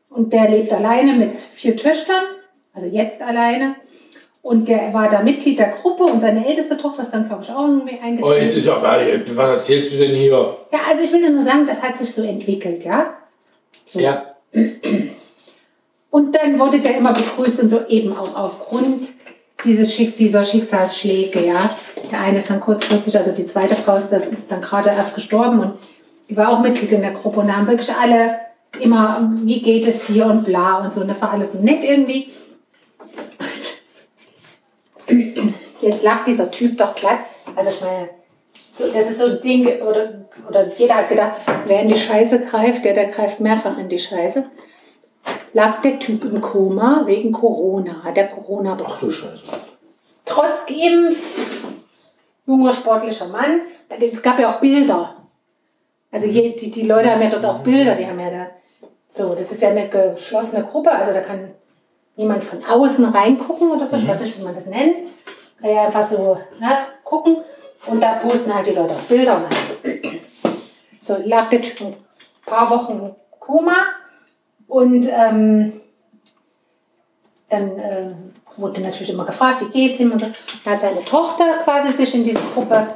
[SPEAKER 2] Und der lebt alleine mit vier Töchtern, also jetzt alleine. Und der war da Mitglied der Gruppe und seine älteste Tochter ist dann, glaube ich, auch irgendwie
[SPEAKER 3] Oh,
[SPEAKER 2] eingetreten.
[SPEAKER 3] jetzt ist ja, was erzählst du denn hier?
[SPEAKER 2] Ja, also ich will dir nur sagen, das hat sich so entwickelt, ja.
[SPEAKER 3] Ja.
[SPEAKER 2] Und dann wurde der immer begrüßt und so eben auch aufgrund dieses Schick, dieser Schicksalsschläge, ja. Der eine ist dann kurzfristig, also die zweite Frau ist das dann gerade erst gestorben und die war auch Mitglied in der Gruppe und da haben wirklich alle immer, wie geht es dir und bla und so. Und das war alles so nett irgendwie. Jetzt lag dieser Typ doch glatt. Also ich meine, so, das ist so ein Ding, oder, oder jeder hat gedacht, wer in die Scheiße greift, der, der greift mehrfach in die Scheiße. Lag der Typ im Koma wegen Corona, hat er Corona bekommen.
[SPEAKER 3] Ach du Scheiße.
[SPEAKER 2] Trotz geimpft, junger sportlicher Mann. Es gab ja auch Bilder. Also je, die, die Leute haben ja dort auch Bilder, die haben ja da. So, das ist ja eine geschlossene Gruppe, also da kann niemand von außen reingucken oder so, ich
[SPEAKER 3] Mhm.
[SPEAKER 2] weiß nicht, wie man das nennt. Kann ja einfach so ne, gucken und da posten halt die Leute auch Bilder. Und so lag der Typ ein paar Wochen im Koma und ähm, dann äh, wurde natürlich immer gefragt, wie geht's ihm und so. Da hat seine Tochter quasi sich in diese Gruppe, hat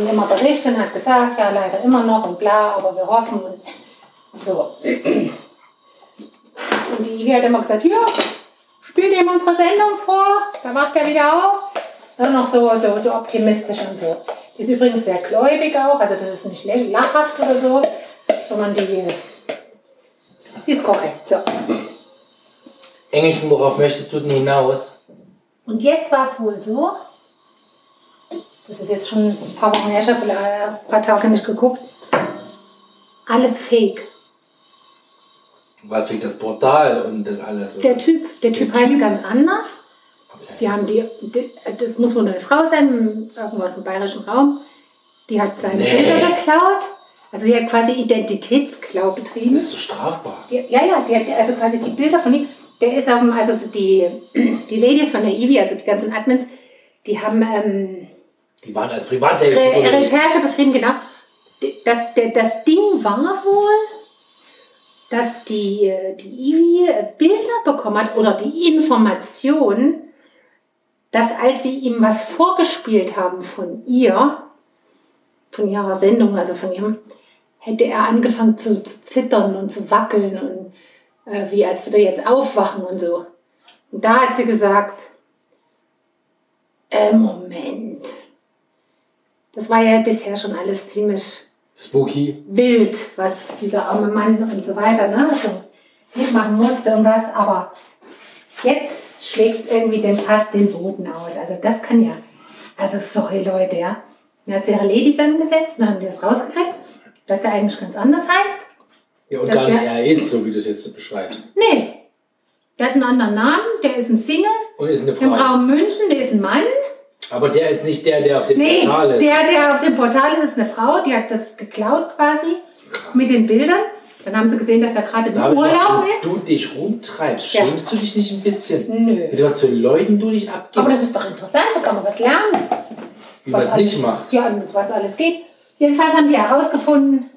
[SPEAKER 2] ihm immer berichtet und hat gesagt, ja leider immer noch und bla, aber wir hoffen und so. Und die Ivi hat immer gesagt, ja, spielt ihm unsere Sendung vor, da wacht er wieder auf. Nur noch so, so, so optimistisch und so. Die ist übrigens sehr gläubig auch, also das ist nicht lä- lachhaft oder so, sondern die, die ist korrekt. So.
[SPEAKER 6] Engelchen, worauf möchtest du denn hinaus?
[SPEAKER 2] Und jetzt war es wohl so, das ist jetzt schon ein paar Wochen her, ich habe ein paar Tage nicht geguckt, alles fake.
[SPEAKER 3] Was wegen das Portal und das alles?
[SPEAKER 2] Der Typ, der Typ heißt ganz anders. Die haben die, die- das muss wohl eine Frau sein, irgendwo aus dem bayerischen Raum. Die hat seine Bilder geklaut. Also die hat quasi Identitätsklau betrieben.
[SPEAKER 3] Das ist so strafbar.
[SPEAKER 2] Ja, ja, ja, die hat also quasi die Bilder von ihm. Der ist auf dem, also die, die Ladies von der Ivy, also die ganzen Admins, die haben ähm,
[SPEAKER 3] Die waren als Privatdetektiv
[SPEAKER 2] Re
[SPEAKER 3] unterwegs.
[SPEAKER 2] Recherche betrieben, genau. Das, der, das Ding war wohl, dass die, äh, die Ivy äh, Bilder bekommen hat oder die Information, dass als sie ihm was vorgespielt haben von ihr, von ihrer Sendung, also von ihrem, hätte er angefangen zu, zu zittern und zu wackeln und äh, wie als würde er jetzt aufwachen und so. Und da hat sie gesagt, äh, Moment. Das war ja bisher schon alles ziemlich
[SPEAKER 3] Spooky.
[SPEAKER 2] wild, was dieser arme Mann und so weiter ne, so mitmachen musste und was, aber jetzt schlägt irgendwie den fast den Boden aus. Also das kann ja, also sorry Leute, ja. Dann hat sie ihre Ladies angesetzt und haben die das rausgekriegt, dass der eigentlich ganz anders heißt.
[SPEAKER 3] Ja, und
[SPEAKER 2] Das
[SPEAKER 3] gar nicht
[SPEAKER 2] wär-
[SPEAKER 3] er ist, so wie du es jetzt beschreibst.
[SPEAKER 2] Nee, der hat einen anderen Namen, der ist ein Single.
[SPEAKER 3] Und ist eine
[SPEAKER 2] Im
[SPEAKER 3] Frau.
[SPEAKER 2] Raum München, der ist ein Mann.
[SPEAKER 3] Aber der ist nicht der, der auf dem
[SPEAKER 2] Nee,
[SPEAKER 3] Portal ist.
[SPEAKER 2] der, der auf dem Portal ist, ist eine Frau, die hat das geklaut quasi mit den Bildern. Dann haben sie gesehen, dass er gerade im
[SPEAKER 3] Da hab ich
[SPEAKER 2] Urlaub
[SPEAKER 3] gedacht,
[SPEAKER 2] ist.
[SPEAKER 3] wenn du dich rumtreibst,
[SPEAKER 2] Ja.
[SPEAKER 3] schämst du dich nicht ein bisschen?
[SPEAKER 2] Nö.
[SPEAKER 3] Mit was für Leuten du dich abgibst,
[SPEAKER 2] Aber das ist doch interessant, so kann man was lernen.
[SPEAKER 3] wie man es
[SPEAKER 2] alles-
[SPEAKER 3] nicht macht.
[SPEAKER 2] Ja, und was alles geht. Jedenfalls haben wir herausgefunden,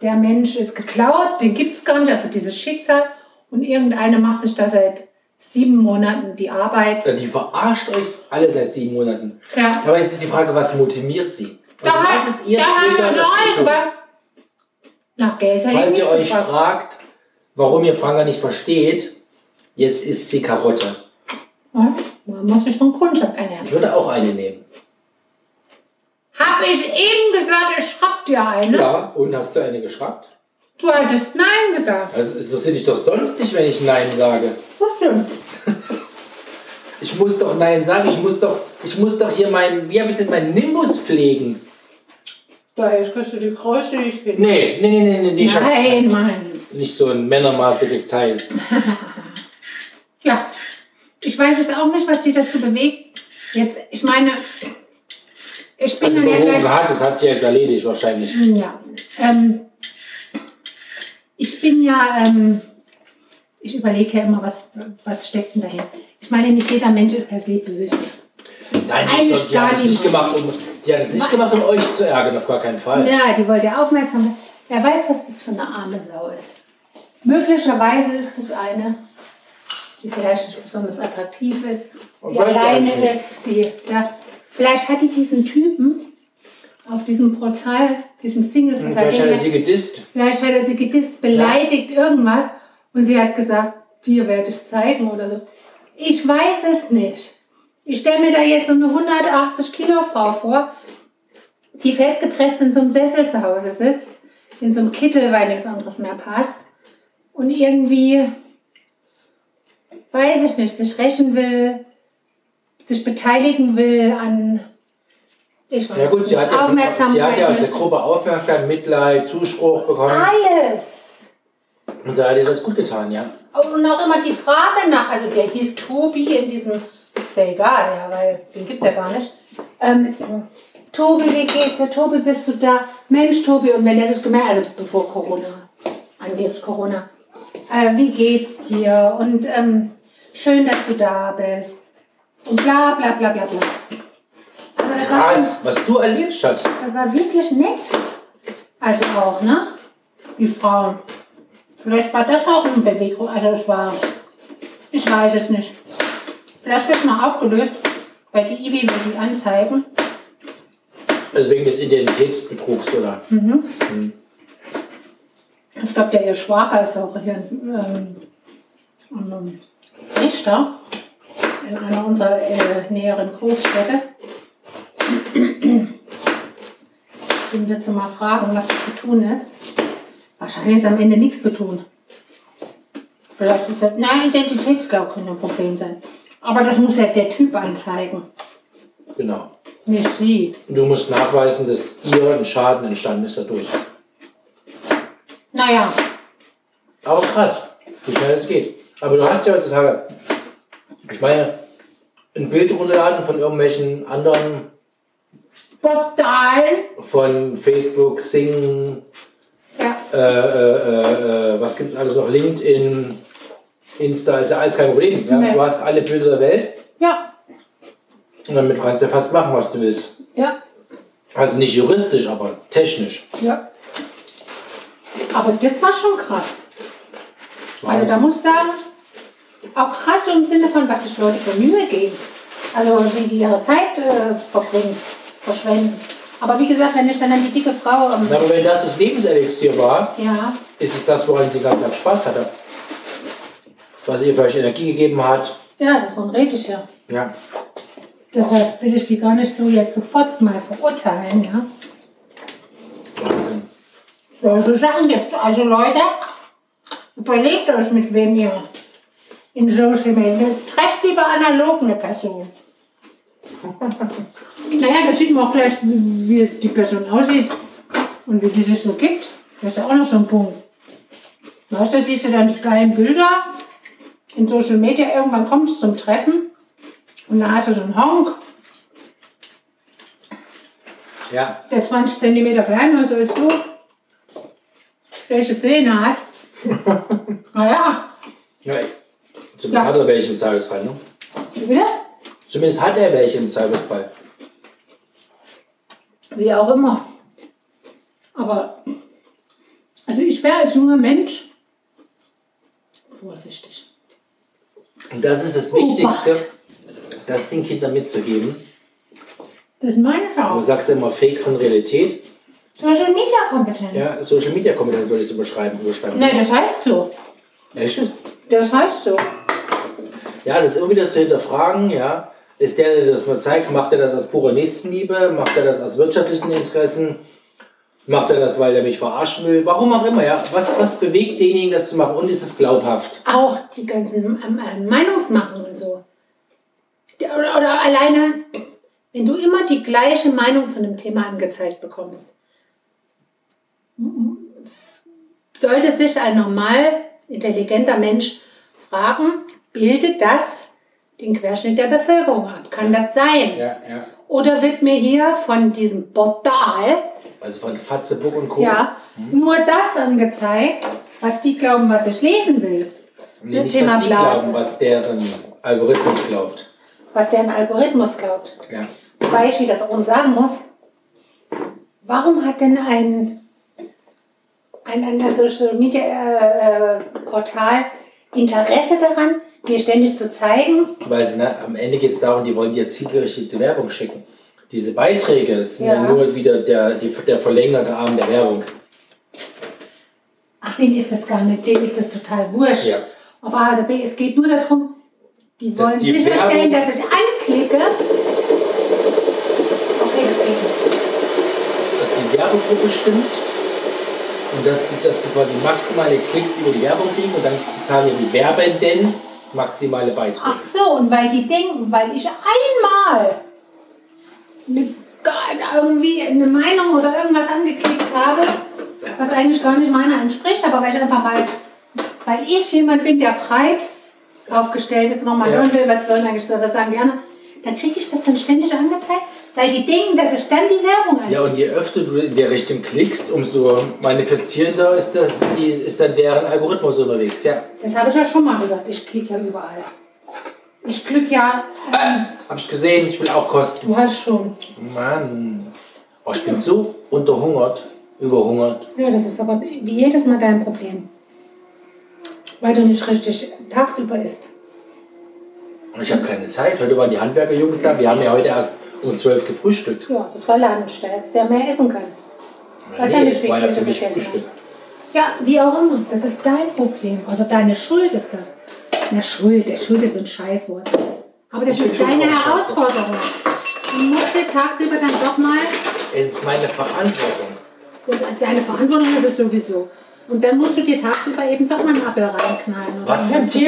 [SPEAKER 2] der Mensch ist geklaut, den gibt es gar nicht, also dieses Schicksal. Und irgendeine macht sich da seit sieben Monaten die Arbeit.
[SPEAKER 3] Ja, Äh, Die verarscht euch alle seit sieben Monaten.
[SPEAKER 2] Ja.
[SPEAKER 3] Aber jetzt ist die Frage, was motiviert sie?
[SPEAKER 2] Da
[SPEAKER 3] Also
[SPEAKER 2] hat-
[SPEAKER 3] was ist ihr
[SPEAKER 2] da hat
[SPEAKER 3] Trigger,
[SPEAKER 2] er
[SPEAKER 3] das zu
[SPEAKER 2] neulich
[SPEAKER 3] tun?
[SPEAKER 2] war- Nach Geld hätte ich
[SPEAKER 3] Falls
[SPEAKER 2] nicht
[SPEAKER 3] ihr euch
[SPEAKER 2] gefragt.
[SPEAKER 3] fragt, warum ihr Franka nicht versteht, jetzt isst sie Karotte.
[SPEAKER 2] Ja, man muss sich von Kundschaft ernähren.
[SPEAKER 3] Ich würde auch eine nehmen.
[SPEAKER 2] Hab ich eben gesagt, ich hab dir eine.
[SPEAKER 3] Ja, und hast du eine geschraubt?
[SPEAKER 2] Du hattest Nein gesagt.
[SPEAKER 3] Also interessiert dich doch sonst nicht, wenn ich Nein sage.
[SPEAKER 2] Das stimmt.
[SPEAKER 3] Ich muss doch Nein sagen, ich muss doch, ich muss doch hier meinen, wie habe ich das, meinen Nimbus pflegen.
[SPEAKER 5] Daher kriegst du die Größe, die ich will.
[SPEAKER 3] Nee, nee, nee, nee, nee, nee ich hab's-
[SPEAKER 2] Nein, Mann.
[SPEAKER 3] nicht so ein männermaßiges Teil.
[SPEAKER 2] Ja. Ich weiß es auch nicht, was dich dazu bewegt. Jetzt, ich meine, ich bin
[SPEAKER 3] Also
[SPEAKER 2] dann ja
[SPEAKER 3] bewogen
[SPEAKER 2] gleich.
[SPEAKER 3] hat, das hat sich jetzt erledigt wahrscheinlich.
[SPEAKER 2] Ja. Ähm, ich bin ja, ähm, ich überlege ja immer, was, was steckt denn dahin. Ich meine, nicht jeder Mensch ist per se böse.
[SPEAKER 3] Nein, die,
[SPEAKER 2] Eigentlich
[SPEAKER 3] ist doch, die
[SPEAKER 2] gar
[SPEAKER 3] hat es nicht
[SPEAKER 2] niemand.
[SPEAKER 3] gemacht, um, die hat es nicht gemacht, um euch zu ärgern, auf gar keinen Fall.
[SPEAKER 2] Ja, die wollte ja aufmerksam werden. Wer weiß, was das für eine arme Sau ist. Möglicherweise ist es eine, die vielleicht nicht besonders attraktiv ist, die
[SPEAKER 3] Weiß ich
[SPEAKER 2] alleine
[SPEAKER 3] eigentlich nicht.
[SPEAKER 2] ist, die, ja, vielleicht hatte diesen Typen auf diesem Portal, diesem Single,
[SPEAKER 3] Und Vielleicht hat er sie gedisst.
[SPEAKER 2] vielleicht hat er sie gedisst, beleidigt, irgendwas und sie hat gesagt, dir werde ich zeigen oder so. Ich weiß es nicht. Ich stelle mir da jetzt so eine 180 Kilo Frau vor, die festgepresst in so einem Sessel zu Hause sitzt, in so einem Kittel, weil nichts anderes mehr passt und irgendwie, weiß ich nicht, sich rächen will, sich beteiligen will an, ich weiß
[SPEAKER 3] Ja gut,
[SPEAKER 2] nicht,
[SPEAKER 3] sie hat, ja, von-
[SPEAKER 2] Aufmerksamkeit.
[SPEAKER 3] sie hat ja aus der
[SPEAKER 2] möchte-
[SPEAKER 3] Gruppe Aufmerksamkeit, Mitleid, Zuspruch bekommen.
[SPEAKER 2] Ah. Alles.
[SPEAKER 3] Und sie hat ihr das gut getan, ja.
[SPEAKER 2] Und auch immer die Frage nach, also der hieß Tobi in diesem, ist ja egal, ja, weil den gibt's ja gar nicht. Ähm, Tobi, wie geht's dir? Tobi, bist du da? Mensch, Tobi, und wenn der sich gemerkt, also bevor Corona, angeblich Corona, äh, wie geht's dir? Und ähm, schön, dass du da bist. Und bla bla bla bla bla. Also das war, schon,
[SPEAKER 3] Krass, was du erlebt hast.
[SPEAKER 2] das war wirklich nett. Also auch, ne?
[SPEAKER 7] die Frauen.
[SPEAKER 2] Vielleicht war das auch eine Bewegung, also es war, ich weiß es nicht. Vielleicht wird es noch aufgelöst, weil die Iwi will die anzeigen.
[SPEAKER 3] Also wegen des Identitätsbetrugs, oder?
[SPEAKER 2] Hm. Ich glaube, der ihr Schwager ist auch hier ähm, ähm, Richter in einer unserer äh, näheren Großstädte. Den wir mal fragen, was da zu tun ist. Wahrscheinlich ist am Ende nichts zu tun. Vielleicht ist das, na, Identitätsblau könnte ein Problem sein. Aber das muss ja der Typ anzeigen,
[SPEAKER 3] Genau.
[SPEAKER 2] nicht sie.
[SPEAKER 3] Und du musst nachweisen, dass ihr ein Schaden entstanden ist dadurch.
[SPEAKER 2] Naja,
[SPEAKER 3] Aber krass, wie schnell es geht. Aber du hast ja heutzutage, ich meine, ein Bild runterladen von irgendwelchen anderen,
[SPEAKER 2] Postal!
[SPEAKER 3] von Facebook, Sing,
[SPEAKER 2] Ja,
[SPEAKER 3] äh, äh, äh, was gibt es alles noch? LinkedIn, Insta ist ja alles kein Problem. Ja?
[SPEAKER 2] Nee.
[SPEAKER 3] Du hast alle Bilder der Welt
[SPEAKER 2] ja,
[SPEAKER 3] und damit kannst du ja fast machen, was du willst.
[SPEAKER 2] ja.
[SPEAKER 3] Also nicht juristisch, aber technisch.
[SPEAKER 2] Ja. Aber das war schon krass. Also da
[SPEAKER 3] Wahnsinn.
[SPEAKER 2] muss ich sagen, auch krass im Sinne von, was sich Leute für Mühe geben. Also wie die ihre Zeit äh, verbringen, verschwenden. Aber wie gesagt, wenn ich dann an die dicke Frau... Ähm,
[SPEAKER 3] Na, aber wenn das das Lebenselixier war,
[SPEAKER 2] ja,
[SPEAKER 3] ist es das, woran sie den ganzen Tag Spaß hatte. Was ihr für euch Energie gegeben hat.
[SPEAKER 2] ja, davon rede ich ja.
[SPEAKER 3] Ja.
[SPEAKER 2] Deshalb will ich die gar nicht so jetzt sofort mal verurteilen. Ja?
[SPEAKER 3] Wahnsinn.
[SPEAKER 7] Solche Sachen gibt Also Leute, überlegt euch, mit wem ihr in Social Media trefft lieber analog eine Person.
[SPEAKER 2] Naja, da sieht man auch gleich, wie wie jetzt die Person aussieht und wie die sich so gibt. Das ist ja auch noch so ein Punkt. Weißt du, siehst du dann die geilen Bilder in Social Media, irgendwann kommt es zum Treffen und dann hast du so einen Honk,
[SPEAKER 3] Ja,
[SPEAKER 2] der 20 cm kleiner ist als du, welche Zähne hat. naja,
[SPEAKER 3] ja.
[SPEAKER 2] Ja.
[SPEAKER 3] Zumindest hat er welche im Zweifelsfall, ne?
[SPEAKER 2] wieder?
[SPEAKER 3] Zumindest hat er welche im Zweifelsfall.
[SPEAKER 2] Wie auch immer. Aber, also ich wäre als junger Mensch vorsichtig.
[SPEAKER 3] Und das ist
[SPEAKER 2] Oh,
[SPEAKER 3] das Wichtigste, das den Kindern mitzugeben.
[SPEAKER 7] Das meine ich
[SPEAKER 3] Du
[SPEAKER 7] auch.
[SPEAKER 3] sagst ja immer Fake von Realität.
[SPEAKER 7] Social Media Kompetenz.
[SPEAKER 3] Ja, Social Media Kompetenz würde ich so beschreiben. überschreiben.
[SPEAKER 7] Nein, das heißt so.
[SPEAKER 3] Echt?
[SPEAKER 7] Das heißt so.
[SPEAKER 3] Ja, das immer wieder zu hinterfragen, ja. Ist der, der das nur zeigt, macht er das aus purer Nächstenliebe? Macht er das aus wirtschaftlichen Interessen? Macht er das, weil er mich verarschen will? Warum auch immer, ja. Was, was bewegt denjenigen, das zu machen? Und ist es glaubhaft?
[SPEAKER 2] auch die ganzen ähm, ähm, Meinungsmachen und so. Die- Oder, oder alleine, wenn du immer die gleiche Meinung zu einem Thema angezeigt bekommst, sollte sich ein normal intelligenter Mensch fragen, bildet das den Querschnitt der Bevölkerung ab? Kann das sein?
[SPEAKER 3] ja.
[SPEAKER 2] Oder wird mir hier von diesem Portal
[SPEAKER 3] Also von Fatzeburg und Co.
[SPEAKER 2] ja, nur das angezeigt, was die glauben, was ich lesen will?
[SPEAKER 3] Nee, nicht, was die glauben, was deren Algorithmus glaubt.
[SPEAKER 2] was der im Algorithmus glaubt.
[SPEAKER 3] Ja.
[SPEAKER 2] Wobei ich mir das auch sagen muss, warum hat denn ein, ein, ein, ein Social Media äh, äh, Portal Interesse daran, mir ständig zu zeigen,
[SPEAKER 3] Weil sie, ne, am Ende geht es darum, die wollen dir zielgerichtete Werbung schicken. Diese Beiträge sind ja,
[SPEAKER 2] Ja.
[SPEAKER 3] nur wieder der, die, der verlängerte Arm der Werbung.
[SPEAKER 2] ach, dem ist das gar nicht, dem ist das total wurscht.
[SPEAKER 3] Ja.
[SPEAKER 2] Aber es geht nur darum, die
[SPEAKER 3] Dass
[SPEAKER 2] wollen
[SPEAKER 3] die
[SPEAKER 2] sicherstellen,
[SPEAKER 3] Werbung-
[SPEAKER 2] dass ich Theke. Okay, das geht nicht.
[SPEAKER 3] dass die Werbegruppe stimmt und dass die, dass die quasi maximale Klicks über die Werbung kriegen und dann bezahlen die Werbenden maximale Beiträge.
[SPEAKER 2] Ach so, und weil die denken, weil ich einmal eine, irgendwie eine Meinung oder irgendwas angeklickt habe, was eigentlich gar nicht meiner entspricht, aber weil ich einfach mal, weil ich jemand bin, der breit aufgestellt ist und nochmal
[SPEAKER 3] Ja.
[SPEAKER 2] hören will, was wollen eigentlich was sagen die anderen, dann kriege ich das dann ständig angezeigt, weil die denken, dass ich dann die Werbung
[SPEAKER 3] Ja, und je öfter du in der Richtung klickst, umso manifestierender ist, das die, ist dann deren Algorithmus unterwegs. Ja.
[SPEAKER 2] Das habe ich ja schon mal gesagt, ich klicke ja überall. Ich klicke ja,
[SPEAKER 3] Hab ich gesehen, ich will auch kosten.
[SPEAKER 2] du hast schon.
[SPEAKER 3] Mann. Oh, ich bin so unterhungert, überhungert.
[SPEAKER 2] Ja, das ist aber wie jedes Mal dein Problem. Weil du nicht richtig tagsüber isst.
[SPEAKER 3] Und ich habe keine Zeit. Heute waren die Handwerkerjungs da. Wir haben ja heute erst um 12 gefrühstückt.
[SPEAKER 2] Ja, das war Ladenstärks, der mehr essen kann. Was ja
[SPEAKER 3] Nee,
[SPEAKER 2] nicht
[SPEAKER 3] es war ja
[SPEAKER 2] wichtig
[SPEAKER 3] für
[SPEAKER 2] ist,
[SPEAKER 3] mich
[SPEAKER 2] dass du
[SPEAKER 3] Frühstück.
[SPEAKER 2] Ja, wie auch immer, das ist dein Problem. Also deine Schuld ist das. Na, Schuld, Schuld ist ein Scheißwort. Aber das
[SPEAKER 3] Ich bin
[SPEAKER 2] ist
[SPEAKER 3] schon
[SPEAKER 2] deine
[SPEAKER 3] auch scheiße.
[SPEAKER 2] Herausforderung. Du musst dir tagsüber dann doch mal,
[SPEAKER 3] Es ist meine Verantwortung.
[SPEAKER 2] das ist deine Verantwortung ist es sowieso. Und dann musst du dir tagsüber eben doch mal einen Apfel reinknallen. oder
[SPEAKER 3] Was für ein
[SPEAKER 2] was?
[SPEAKER 3] Tier?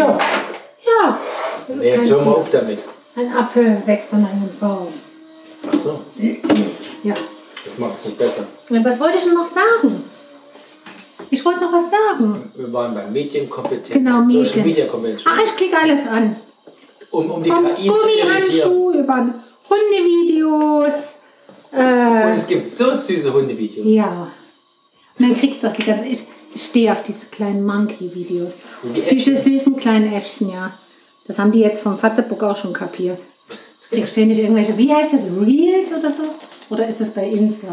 [SPEAKER 2] Ja, das ist
[SPEAKER 3] Nee,
[SPEAKER 2] kein
[SPEAKER 3] jetzt hör mal
[SPEAKER 2] Tier.
[SPEAKER 3] auf damit.
[SPEAKER 2] Ein Apfel wächst von einem Baum.
[SPEAKER 3] Achso,
[SPEAKER 2] Ja.
[SPEAKER 3] das macht es nicht besser.
[SPEAKER 2] Ja, Was wollte ich denn noch sagen? Ich wollte noch was sagen.
[SPEAKER 3] Wir waren bei Medienkompetenz,
[SPEAKER 2] Genau,
[SPEAKER 3] Social
[SPEAKER 2] Medien.
[SPEAKER 3] Media Kompetenz.
[SPEAKER 2] Ach, ich klicke alles an.
[SPEAKER 3] Um, um die
[SPEAKER 2] Vom
[SPEAKER 3] KI zu irritieren.
[SPEAKER 2] Gummihandschuh über Hundevideos.
[SPEAKER 3] Und
[SPEAKER 2] Äh,
[SPEAKER 3] es gibt so süße Hundevideos.
[SPEAKER 2] ja. Und dann kriegst du auch die ganze... Ich, ich stehe auf diese kleinen Monkey-Videos.
[SPEAKER 3] Die Äffchen.
[SPEAKER 2] diese süßen kleinen Äffchen, ja. Das haben die jetzt vom Fatzeburg auch schon kapiert. Da stehen nicht irgendwelche... Wie heißt das? Reels oder so? Oder ist das bei Insta?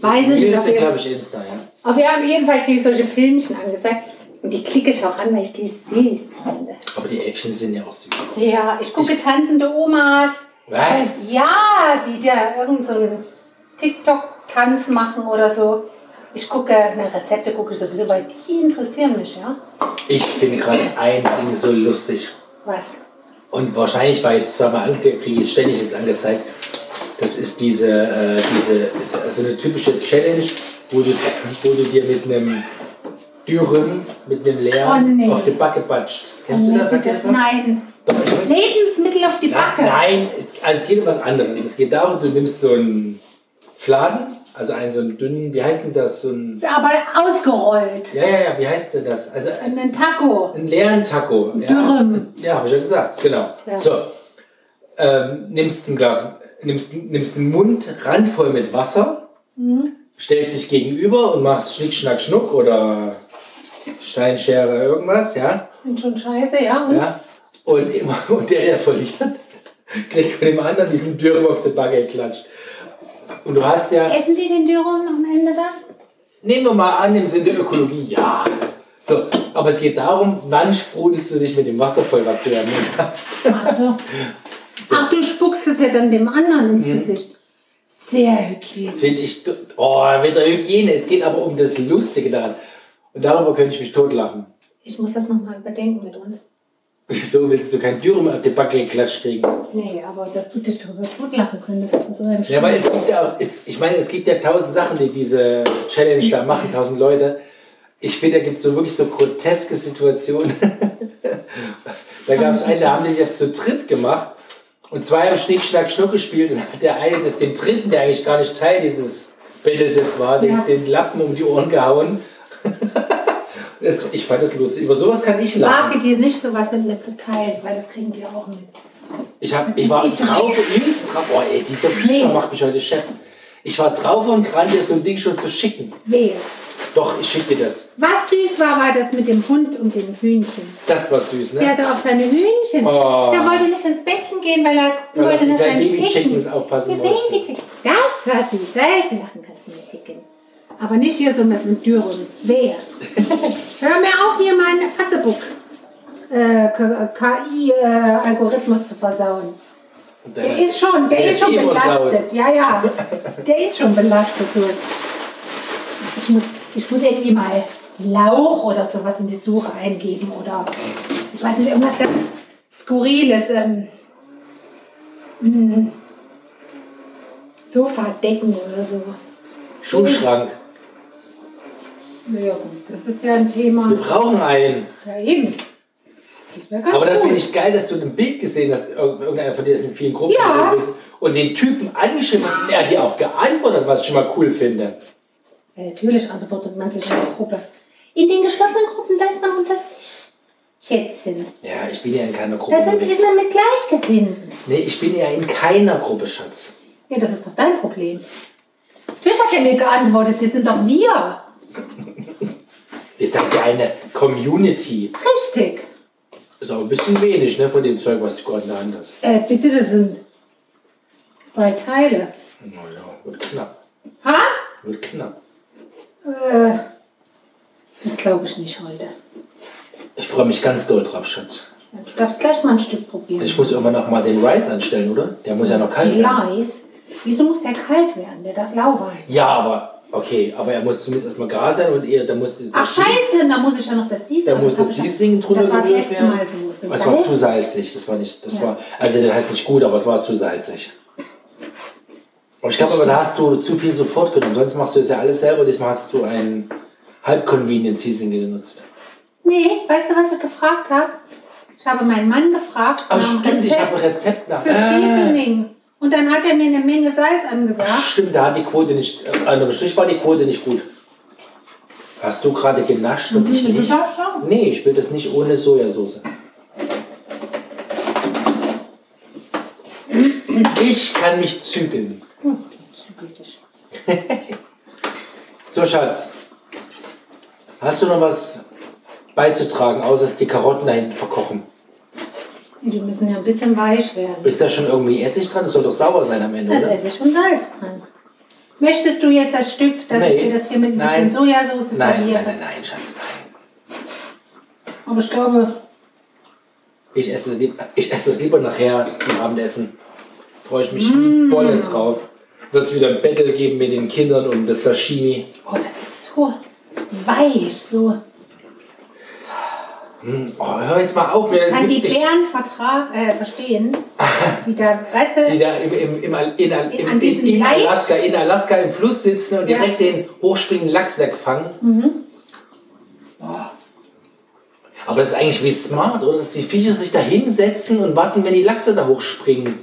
[SPEAKER 2] Weiß ich nicht.
[SPEAKER 3] Reels
[SPEAKER 2] auf
[SPEAKER 3] sind,
[SPEAKER 2] jeden-
[SPEAKER 3] glaube ich, Insta, ja.
[SPEAKER 2] Auf jeden Fall kriege ich solche Filmchen angezeigt. Und die klicke ich auch an, weil ich die süß finde.
[SPEAKER 3] Aber die Äffchen sind ja auch süß.
[SPEAKER 2] Ja, ich gucke tanzende Omas.
[SPEAKER 3] Was?
[SPEAKER 2] Ja, die da irgend so einen TikTok-Tanz machen oder so. Ich gucke, na, Rezepte gucke ich sowieso, weil die interessieren mich, ja.
[SPEAKER 3] Ich finde gerade ein Ding so lustig.
[SPEAKER 2] Was?
[SPEAKER 3] Und wahrscheinlich, weil ich es zweimal angeklickt kriege, ich es ständig jetzt angezeigt. Das ist diese, äh, diese also eine typische Challenge, wo du, wo du dir mit einem Dürren, mit einem leeren
[SPEAKER 2] Oh, nee.
[SPEAKER 3] auf die Backe batscht. Kennst du das? Sagt dir das was?
[SPEAKER 2] Nein.
[SPEAKER 3] Doch, ich-
[SPEAKER 2] Lebensmittel auf die
[SPEAKER 3] das,
[SPEAKER 2] Backe.
[SPEAKER 3] nein, es, also es geht um was anderes. Es geht darum, du nimmst so einen Fladen, also einen so einen dünnen, wie heißt denn das? So ein,
[SPEAKER 2] Aber ausgerollt.
[SPEAKER 3] ja, ja, ja, wie heißt denn das? Also ein-
[SPEAKER 2] Und ein Taco.
[SPEAKER 3] einen leeren Taco.
[SPEAKER 2] Dürrem.
[SPEAKER 3] Ja, ja habe ich ja gesagt, genau.
[SPEAKER 2] Ja.
[SPEAKER 3] So, ähm, nimmst ein Glas, nimmst, nimmst einen Mund randvoll mit Wasser, stellst dich gegenüber und machst Schnick, Schnack, Schnuck oder Steinschere, irgendwas, ja.
[SPEAKER 2] Und schon scheiße, ja. Und
[SPEAKER 3] ja. Und, immer, und der, der verliert, kriegt von dem anderen diesen Dürrem auf die Backe geklatscht. Und du hast ja...
[SPEAKER 2] Essen die den Dürren am Ende dann?
[SPEAKER 3] Nehmen wir mal an, im Sinne der Ökologie, ja. So, aber es geht darum, wann sprudelst du dich mit dem Wasser voll, was du ja Mund hast.
[SPEAKER 2] Also. Ach, du spuckst es ja dann dem anderen ins Gesicht. Sehr hygienisch.
[SPEAKER 3] Finde ich, do- oh, mit der Hygiene. Es geht aber um das Lustige daran. Und darüber könnte ich mich totlachen.
[SPEAKER 2] Ich muss das nochmal überdenken mit uns.
[SPEAKER 3] Wieso willst du kein Dürren auf die Backe geklatscht kriegen?
[SPEAKER 2] Nee, aber dass du dich darüber totlachen könntest. So ein
[SPEAKER 3] Ja, weil es gibt ja auch, es, ich meine, es gibt ja tausend Sachen, die diese Challenge da machen, tausend Leute. Ich finde, da gibt es so wirklich so groteske Situationen. da gab es einen, da haben die das zu dritt gemacht und zwei haben Schnick, Schnack, Schnuck gespielt und hat der eine das den dritten, der eigentlich gar nicht Teil dieses Battles jetzt war, den,
[SPEAKER 2] Ja.
[SPEAKER 3] den Lappen um die Ohren gehauen. das, ich fand das lustig. Über sowas kann ich lachen.
[SPEAKER 2] Wage dir nicht sowas mit mir zu teilen, weil das kriegen die auch mit.
[SPEAKER 3] Ich, hab, ich war
[SPEAKER 2] Ich-
[SPEAKER 3] drauf und links dran. Oh, ey, dieser Pizza
[SPEAKER 2] Nee.
[SPEAKER 3] macht mich heute Chef. Ich war drauf und dran, dir so ein Ding schon zu schicken.
[SPEAKER 2] Wehe.
[SPEAKER 3] Doch, ich schicke dir das.
[SPEAKER 2] Was süß war, war das mit dem Hund und den Hühnchen.
[SPEAKER 3] Das war süß, ne?
[SPEAKER 2] Der hatte auf seine Hühnchen.
[SPEAKER 3] Oh.
[SPEAKER 2] Der wollte nicht ins Bettchen gehen, weil er
[SPEAKER 3] Weil auf
[SPEAKER 2] wollte,
[SPEAKER 3] die
[SPEAKER 2] dass
[SPEAKER 3] kleinen
[SPEAKER 2] seine
[SPEAKER 3] Baby-Chickens
[SPEAKER 2] Chicken.
[SPEAKER 3] aufpassen
[SPEAKER 2] Die
[SPEAKER 3] musste.
[SPEAKER 2] Baby-Chicken. Das war süß. Solche Sachen kannst du nicht schicken. Aber nicht hier so mit einem Dürren. Wehe. Hör mir auf, hier meinen Fatzebuck äh, KI-Algorithmus äh, zu versauen.
[SPEAKER 3] Und
[SPEAKER 2] Der ist schon, der,
[SPEAKER 3] der
[SPEAKER 2] ist schon
[SPEAKER 3] eh versaut.
[SPEAKER 2] belastet. Ja, ja. Der ist schon belastet durch. Ich muss, ich muss irgendwie mal Lauch oder sowas in die Suche eingeben oder ich weiß nicht, irgendwas ganz Skurriles. Ähm,
[SPEAKER 8] Sofadecken oder so.
[SPEAKER 3] Schuhschrank.
[SPEAKER 2] Ja, gut. Das ist ja ein Thema.
[SPEAKER 3] Wir brauchen einen.
[SPEAKER 2] Ja, eben. Das wäre ganz
[SPEAKER 3] Aber das
[SPEAKER 2] gut.
[SPEAKER 3] finde ich geil, dass du ein Bild gesehen hast, irg- irgendeiner von dir ist in vielen Gruppen
[SPEAKER 2] Ja.
[SPEAKER 3] unterwegs und den Typen angeschrieben hast und er hat dir auch geantwortet, was ich schon mal cool finde.
[SPEAKER 2] ja, natürlich antwortet man sich als Gruppe.
[SPEAKER 8] In den geschlossenen Gruppen, da ist man unter sich. Schätzchen.
[SPEAKER 3] Ja, ich bin ja in keiner Gruppe.
[SPEAKER 8] Da sind,
[SPEAKER 3] unterwegs.
[SPEAKER 8] ist man mit Gleichgesinnten.
[SPEAKER 3] Nee, ich bin ja in keiner Gruppe, Schatz.
[SPEAKER 2] Ja, das ist doch dein Problem. Natürlich hat er mir geantwortet, das sind doch wir.
[SPEAKER 3] Ihr seid ja eine Community.
[SPEAKER 2] Richtig.
[SPEAKER 3] Ist auch ein bisschen wenig, ne, von dem Zeug, was du gerade in der Hand hast.
[SPEAKER 2] Äh, bitte, das sind zwei Teile.
[SPEAKER 3] Naja, wird knapp.
[SPEAKER 2] Ha?
[SPEAKER 3] Wird knapp.
[SPEAKER 2] Äh, das glaube ich nicht heute.
[SPEAKER 3] Ich freue mich ganz doll drauf, Schatz.
[SPEAKER 2] Ja, Du darfst gleich mal ein Stück probieren.
[SPEAKER 3] Ich muss irgendwann noch mal den Rice anstellen, oder? Der muss ja noch kalt werden.
[SPEAKER 2] Gleis. Wieso muss der kalt werden? Der darf lau werden.
[SPEAKER 3] Ja, aber okay, aber er muss zumindest erstmal gar sein und ihr, da muss
[SPEAKER 2] Ach scheiße, da muss ich ja noch das Seasoning.
[SPEAKER 3] Da muss das Seasoning drüber
[SPEAKER 2] Das war das
[SPEAKER 3] gerührt
[SPEAKER 2] letzte
[SPEAKER 3] werden.
[SPEAKER 2] Mal so. so
[SPEAKER 3] Es war
[SPEAKER 2] Salz.
[SPEAKER 3] zu salzig, das war nicht, das war, also das heißt nicht gut, aber es war zu salzig. Und ich glaube aber, da hast du zu viel Support genommen, sonst machst du das ja alles selber, diesmal hast du ein Halb-Convenience Seasoning genutzt.
[SPEAKER 2] Nee, weißt du, was ich gefragt habe? Ich habe meinen Mann gefragt.
[SPEAKER 3] Ach
[SPEAKER 2] nach einem
[SPEAKER 3] stimmt, ich
[SPEAKER 2] Rezept
[SPEAKER 3] habe ein Rezept nach.
[SPEAKER 2] Ähm,
[SPEAKER 3] Äh,
[SPEAKER 2] Für Seasoning. Und dann hat er mir eine Menge Salz angesagt.
[SPEAKER 3] Stimmt, da hat die Quote nicht, äh, unterm Strich war die Quote nicht gut. Hast du gerade genascht
[SPEAKER 2] Mhm,
[SPEAKER 3] und ich nicht?
[SPEAKER 9] hab schon.
[SPEAKER 3] Nee, ich will das nicht ohne Sojasauce. Ich kann mich zügeln. So, Schatz. Hast du noch was beizutragen, außer dass die Karotten da hinten verkochen?
[SPEAKER 2] Die müssen ja ein bisschen weich werden.
[SPEAKER 3] Ist da schon irgendwie Essig dran? Das soll doch sauer sein am Ende,
[SPEAKER 2] Da ist
[SPEAKER 3] oder?
[SPEAKER 2] Essig und Salz dran. Möchtest du jetzt das Stück, dass ich
[SPEAKER 3] Nee.
[SPEAKER 2] dir das hier mit ein
[SPEAKER 3] Nein.
[SPEAKER 2] bisschen Sojasauce
[SPEAKER 3] Nein, nein,
[SPEAKER 2] serviere?
[SPEAKER 3] nein, nein, Schatz, nein.
[SPEAKER 2] Aber ich glaube,
[SPEAKER 3] Ich esse, lieb, ich esse das lieber nachher zum Abendessen. Freue ich mich wie
[SPEAKER 2] Mm.
[SPEAKER 3] Bolle drauf. Wird es wieder ein Battle geben mit den Kindern um das Sashimi.
[SPEAKER 2] oh, das ist so weich, so.
[SPEAKER 3] Oh, hör jetzt mal auf.
[SPEAKER 2] Ich kann die
[SPEAKER 3] ich-
[SPEAKER 2] Bären vertrag, äh, verstehen, die da, weißt du,
[SPEAKER 3] die da im, im, im, Al- in, Al-
[SPEAKER 2] In-
[SPEAKER 3] im,
[SPEAKER 2] an diesem
[SPEAKER 3] in, in,
[SPEAKER 2] Leicht-
[SPEAKER 3] Alaska, in Alaska im Fluss sitzen und
[SPEAKER 2] Ja. Mhm.
[SPEAKER 3] direkt den hochspringenden Lachs wegfangen. Boah. Aber das ist eigentlich wie smart, oder? Dass die Viecher sich da hinsetzen und warten, wenn die Lachse da hochspringen.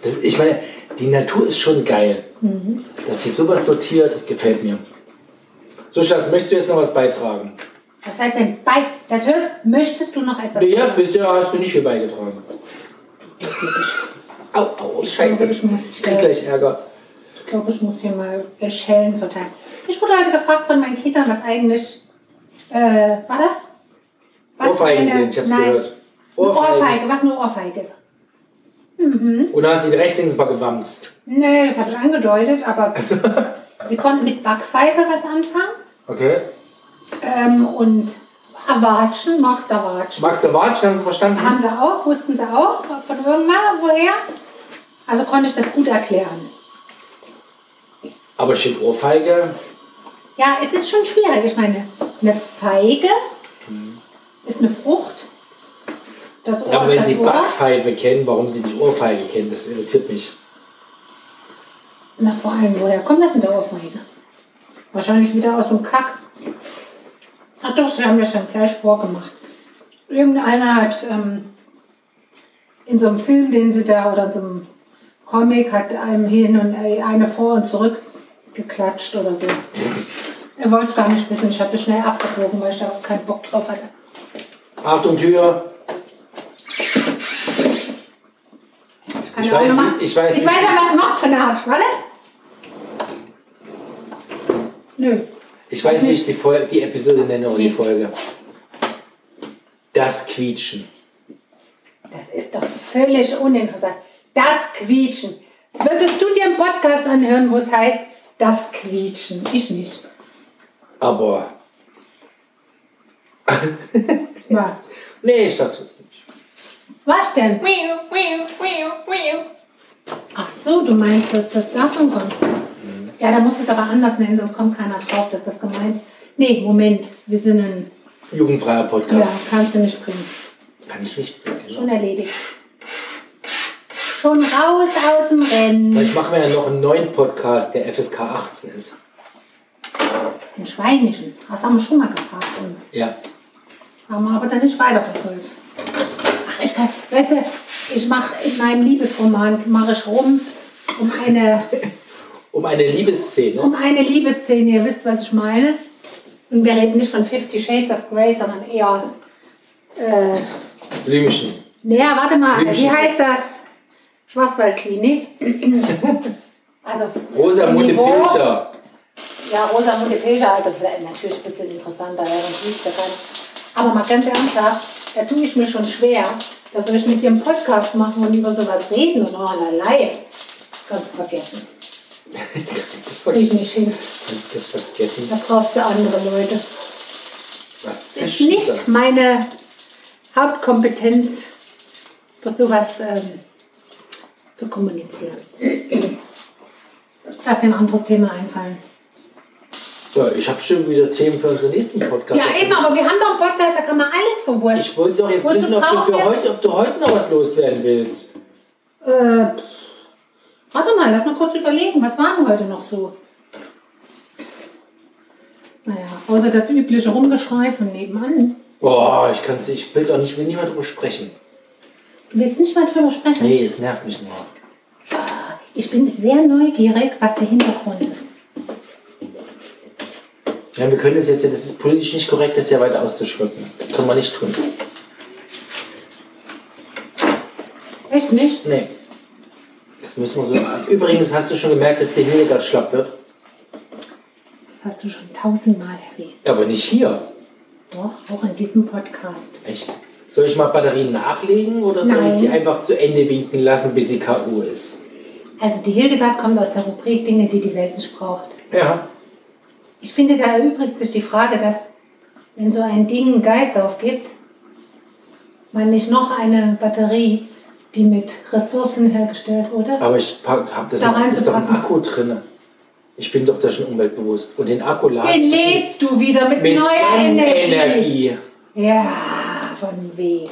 [SPEAKER 3] Das, ist- ich meine, die Natur ist schon geil.
[SPEAKER 2] Mhm.
[SPEAKER 3] Dass die sowas sortiert, gefällt mir. So, Schatz, möchtest du jetzt noch was beitragen?
[SPEAKER 2] was heißt denn bei, das hörst, möchtest du noch etwas?
[SPEAKER 3] Ja, bisher hast du nicht viel beigetragen. Au, au, scheiße.
[SPEAKER 2] Ich muss-
[SPEAKER 3] Ich krieg gleich Ärger.
[SPEAKER 2] Ich glaube, ich muss hier mal äh, Schellen verteilen. Ich wurde heute gefragt von meinen Kindern, was eigentlich, äh, warte, was
[SPEAKER 3] Ohrfeigen
[SPEAKER 2] eine-
[SPEAKER 3] sind, ich hab's
[SPEAKER 2] nein,
[SPEAKER 3] gehört.
[SPEAKER 2] Eine Ohrfeige.
[SPEAKER 3] Ohrfeigen.
[SPEAKER 2] was eine Ohrfeige ist.
[SPEAKER 3] Und da hast du die rechts links mal gewamst.
[SPEAKER 2] Nee, das habe ich angedeutet, aber sie konnten mit Backpfeife was anfangen
[SPEAKER 3] Okay.
[SPEAKER 2] ähm, und erwatschen, magst erwatschen.
[SPEAKER 3] Max der Watsch, haben Sie verstanden?
[SPEAKER 2] Haben sie auch, wussten sie auch von irgendwann, woher. Also konnte ich das gut erklären.
[SPEAKER 3] Aber ich finde Ohrfeige.
[SPEAKER 2] Ja, es ist schon schwierig. Ich meine, eine Feige ist eine Frucht. Das Ohr
[SPEAKER 3] Hm. Aber
[SPEAKER 2] Oh, ist
[SPEAKER 3] wenn
[SPEAKER 2] das
[SPEAKER 3] Sie
[SPEAKER 2] Ohr.
[SPEAKER 3] Backpfeife kennen, warum Sie nicht Ohrfeige kennen, das irritiert mich.
[SPEAKER 2] Na, vor allem, woher kommt das mit der Ohrfeige? Wahrscheinlich wieder aus dem Kack. Ach doch, sie haben das dann gleich vorgemacht. Irgendeiner hat ähm, in so einem Film, den sie da, oder in so einem Comic, hat einem hin und äh, eine vor und zurück geklatscht oder so. Er wollte es gar nicht wissen. Ich habe es schnell abgebogen, weil ich da auch keinen Bock drauf hatte.
[SPEAKER 3] Achtung, Tür.
[SPEAKER 2] Keine
[SPEAKER 3] Ich weiß
[SPEAKER 2] Ahnung,
[SPEAKER 3] nicht- ich weiß
[SPEAKER 2] ich
[SPEAKER 3] nicht.
[SPEAKER 2] weiß aber, was noch für eine Arsch, warte. Nö.
[SPEAKER 3] Ich weiß nicht, die, Fol die Episode nenne oder die Folge. Das Quietschen.
[SPEAKER 2] Das ist doch völlig uninteressant. Das Quietschen. Würdest du dir einen Podcast anhören, wo es heißt, das Quietschen? Ich nicht.
[SPEAKER 3] Aber.
[SPEAKER 2] Ja.
[SPEAKER 3] Nee, ich sag's jetzt nicht.
[SPEAKER 2] Was denn? Ach so, du meinst, dass das davon kommt. Ja, da musst du es aber anders nennen, sonst kommt keiner drauf, dass das gemeint ist. Nee, Moment, wir sind ein...
[SPEAKER 3] Jugendfreier
[SPEAKER 2] Ja,
[SPEAKER 3] Podcast.
[SPEAKER 2] kannst du nicht bringen.
[SPEAKER 3] Kann ich nicht.
[SPEAKER 2] Schon erledigt. Schon raus aus dem Rennen.
[SPEAKER 3] Vielleicht machen wir ja noch einen neuen Podcast, der FSK 18 ist.
[SPEAKER 2] Den Schweinischen. Das haben wir schon mal gefragt uns.
[SPEAKER 3] Ja.
[SPEAKER 2] Haben wir aber dann nicht weiterverfolgt. Ach, ich kann, weißt du, ich mache in meinem Liebesroman, mache ich rum um eine,
[SPEAKER 3] Um eine Liebesszene.
[SPEAKER 2] um eine Liebesszene. Ihr wisst, was ich meine. Und wir reden nicht von Fifty Shades of Grey, sondern eher, äh,
[SPEAKER 3] Blümchen.
[SPEAKER 2] naja, warte mal, wie
[SPEAKER 3] Blümchen.
[SPEAKER 2] heißt das? Schwarzwaldklinik. also,
[SPEAKER 3] Rosamunde
[SPEAKER 2] Niveau-
[SPEAKER 3] Pilcher.
[SPEAKER 2] Ja, Rosamunde Pilcher, also vielleicht natürlich ein bisschen interessanter, ja, dann siehst du dann. Aber mal ganz ernsthaft, da tue ich mir schon schwer, da soll ich mit dir einen Podcast machen und über sowas reden und oh, allerlei. Kannst du vergessen. Das krieg ich nicht hin.
[SPEAKER 3] Kannst du das vergessen?
[SPEAKER 2] Da brauchst du andere Leute.
[SPEAKER 3] Was
[SPEAKER 2] Das ist nicht meine Hauptkompetenz, für sowas ähm, zu kommunizieren. Lass dir ein anderes Thema einfallen.
[SPEAKER 3] So, ich habe schon wieder Themen für unseren nächsten Podcast.
[SPEAKER 2] Ja, eben, aber wir haben doch einen Podcast, da kann man alles verwursten.
[SPEAKER 3] Ich wollte doch jetzt
[SPEAKER 2] Wozu
[SPEAKER 3] wissen, ob du,
[SPEAKER 2] brauchen
[SPEAKER 3] für
[SPEAKER 2] wir-
[SPEAKER 3] heute, ob du heute noch was loswerden willst.
[SPEAKER 2] Äh, pff. warte mal, lass mal kurz überlegen, was war denn heute noch so? Naja, außer das übliche Rumgeschrei von nebenan.
[SPEAKER 3] Boah, ich kann's nicht, ich will's auch nicht, will niemand drüber sprechen.
[SPEAKER 2] Du willst nicht mal drüber sprechen?
[SPEAKER 3] Nee, es nervt mich nur.
[SPEAKER 2] Ich bin sehr neugierig, was der Hintergrund ist.
[SPEAKER 3] Ja, wir können es jetzt, das ist politisch nicht korrekt, das hier weiter auszuschmücken. Können wir nicht tun.
[SPEAKER 2] Echt nicht?
[SPEAKER 3] Nee. Das müssen wir so. Übrigens hast du schon gemerkt, dass der Hildegard schlapp wird.
[SPEAKER 2] Das hast du schon tausendmal erwähnt.
[SPEAKER 3] Aber nicht hier.
[SPEAKER 2] Doch, auch in diesem Podcast.
[SPEAKER 3] Echt? Soll ich mal Batterien nachlegen oder soll
[SPEAKER 2] Nein.
[SPEAKER 3] ich sie einfach zu Ende winken lassen, bis sie K.O. ist?
[SPEAKER 2] Also die Hildegard kommt aus der Rubrik Dinge, die die Welt nicht braucht.
[SPEAKER 3] Ja.
[SPEAKER 2] Ich finde, da erübrigt sich die Frage, dass, wenn so ein Ding Geist aufgibt, man nicht noch eine Batterie, die mit Ressourcen hergestellt wurde.
[SPEAKER 3] Aber ich habe das
[SPEAKER 2] Da
[SPEAKER 3] noch, ist doch ein
[SPEAKER 2] reinzupacken.
[SPEAKER 3] Akku drin. Ich bin doch da schon umweltbewusst. Und den Akku lade
[SPEAKER 2] Den
[SPEAKER 3] ich
[SPEAKER 2] lädst du wieder Ah, mit,
[SPEAKER 3] mit
[SPEAKER 2] neuer Energie.
[SPEAKER 3] Sonnenenergie.
[SPEAKER 2] Ja, von wegen.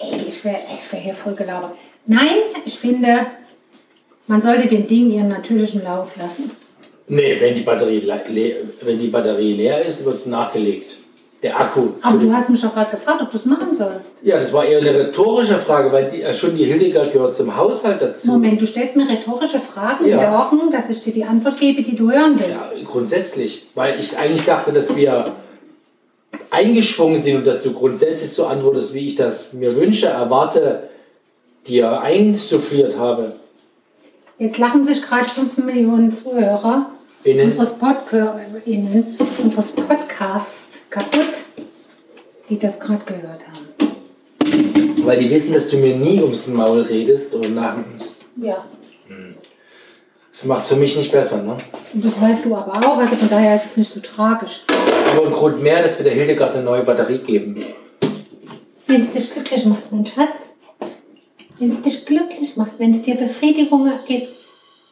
[SPEAKER 2] Ey, ich wäre ich wär hier voll gelabert. Nein, ich finde, man sollte den Ding ihren natürlichen Lauf lassen.
[SPEAKER 3] Nee, wenn die, Batterie le- le- wenn die Batterie leer ist, wird nachgelegt. Der Akku.
[SPEAKER 2] Aber du hast mich doch gerade gefragt, ob du es machen sollst.
[SPEAKER 3] Ja, das war eher eine rhetorische Frage, weil die, äh, schon die Hildegard gehört zum Haushalt dazu.
[SPEAKER 2] Moment, du stellst mir rhetorische Fragen
[SPEAKER 3] Ja.
[SPEAKER 2] in der Hoffnung, dass ich dir die Antwort gebe, die du hören willst.
[SPEAKER 3] Ja, grundsätzlich, weil ich eigentlich dachte, dass wir eingeschwungen sind und dass du grundsätzlich so antwortest, wie ich das mir wünsche, erwarte, dir einstufiert habe.
[SPEAKER 2] Jetzt lachen sich gerade 5 Millionen Zuhörer
[SPEAKER 3] Innen.
[SPEAKER 2] unseres, Podca innen, unseres Podcasts kaputt, die das gerade gehört haben.
[SPEAKER 3] Weil die wissen, dass du mir nie ums Maul redest und nach.
[SPEAKER 2] Ja,
[SPEAKER 3] Das macht für mich nicht besser, ne?
[SPEAKER 2] und das weißt du aber auch, also von daher ist es nicht so tragisch.
[SPEAKER 3] Aber ein Grund mehr, dass wir der Hildegard eine neue Batterie geben.
[SPEAKER 10] Wenn es dich glücklich macht, mein Schatz.
[SPEAKER 2] Wenn es dich glücklich macht, wenn es dir Befriedigung gibt,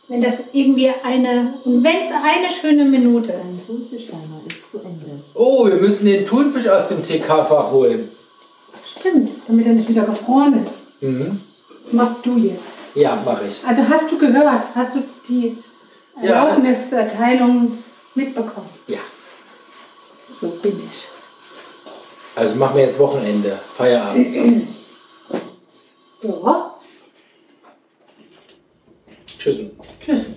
[SPEAKER 2] wenn das irgendwie eine, und wenn es eine schöne Minute ist.
[SPEAKER 11] Thunfischtimer ist zu Ende.
[SPEAKER 3] Oh, wir müssen den Thunfisch aus dem TK-Fach holen.
[SPEAKER 2] Stimmt, damit er nicht wieder gefroren ist. Machst du jetzt.
[SPEAKER 3] Ja, mache ich.
[SPEAKER 2] Also hast du gehört, hast du die
[SPEAKER 3] Ja.
[SPEAKER 2] Erlaubniserteilung mitbekommen?
[SPEAKER 3] Ja.
[SPEAKER 2] So bin ich.
[SPEAKER 3] Also machen wir jetzt Wochenende, Feierabend.
[SPEAKER 2] Ja,
[SPEAKER 3] Tschüss.
[SPEAKER 2] tschüss.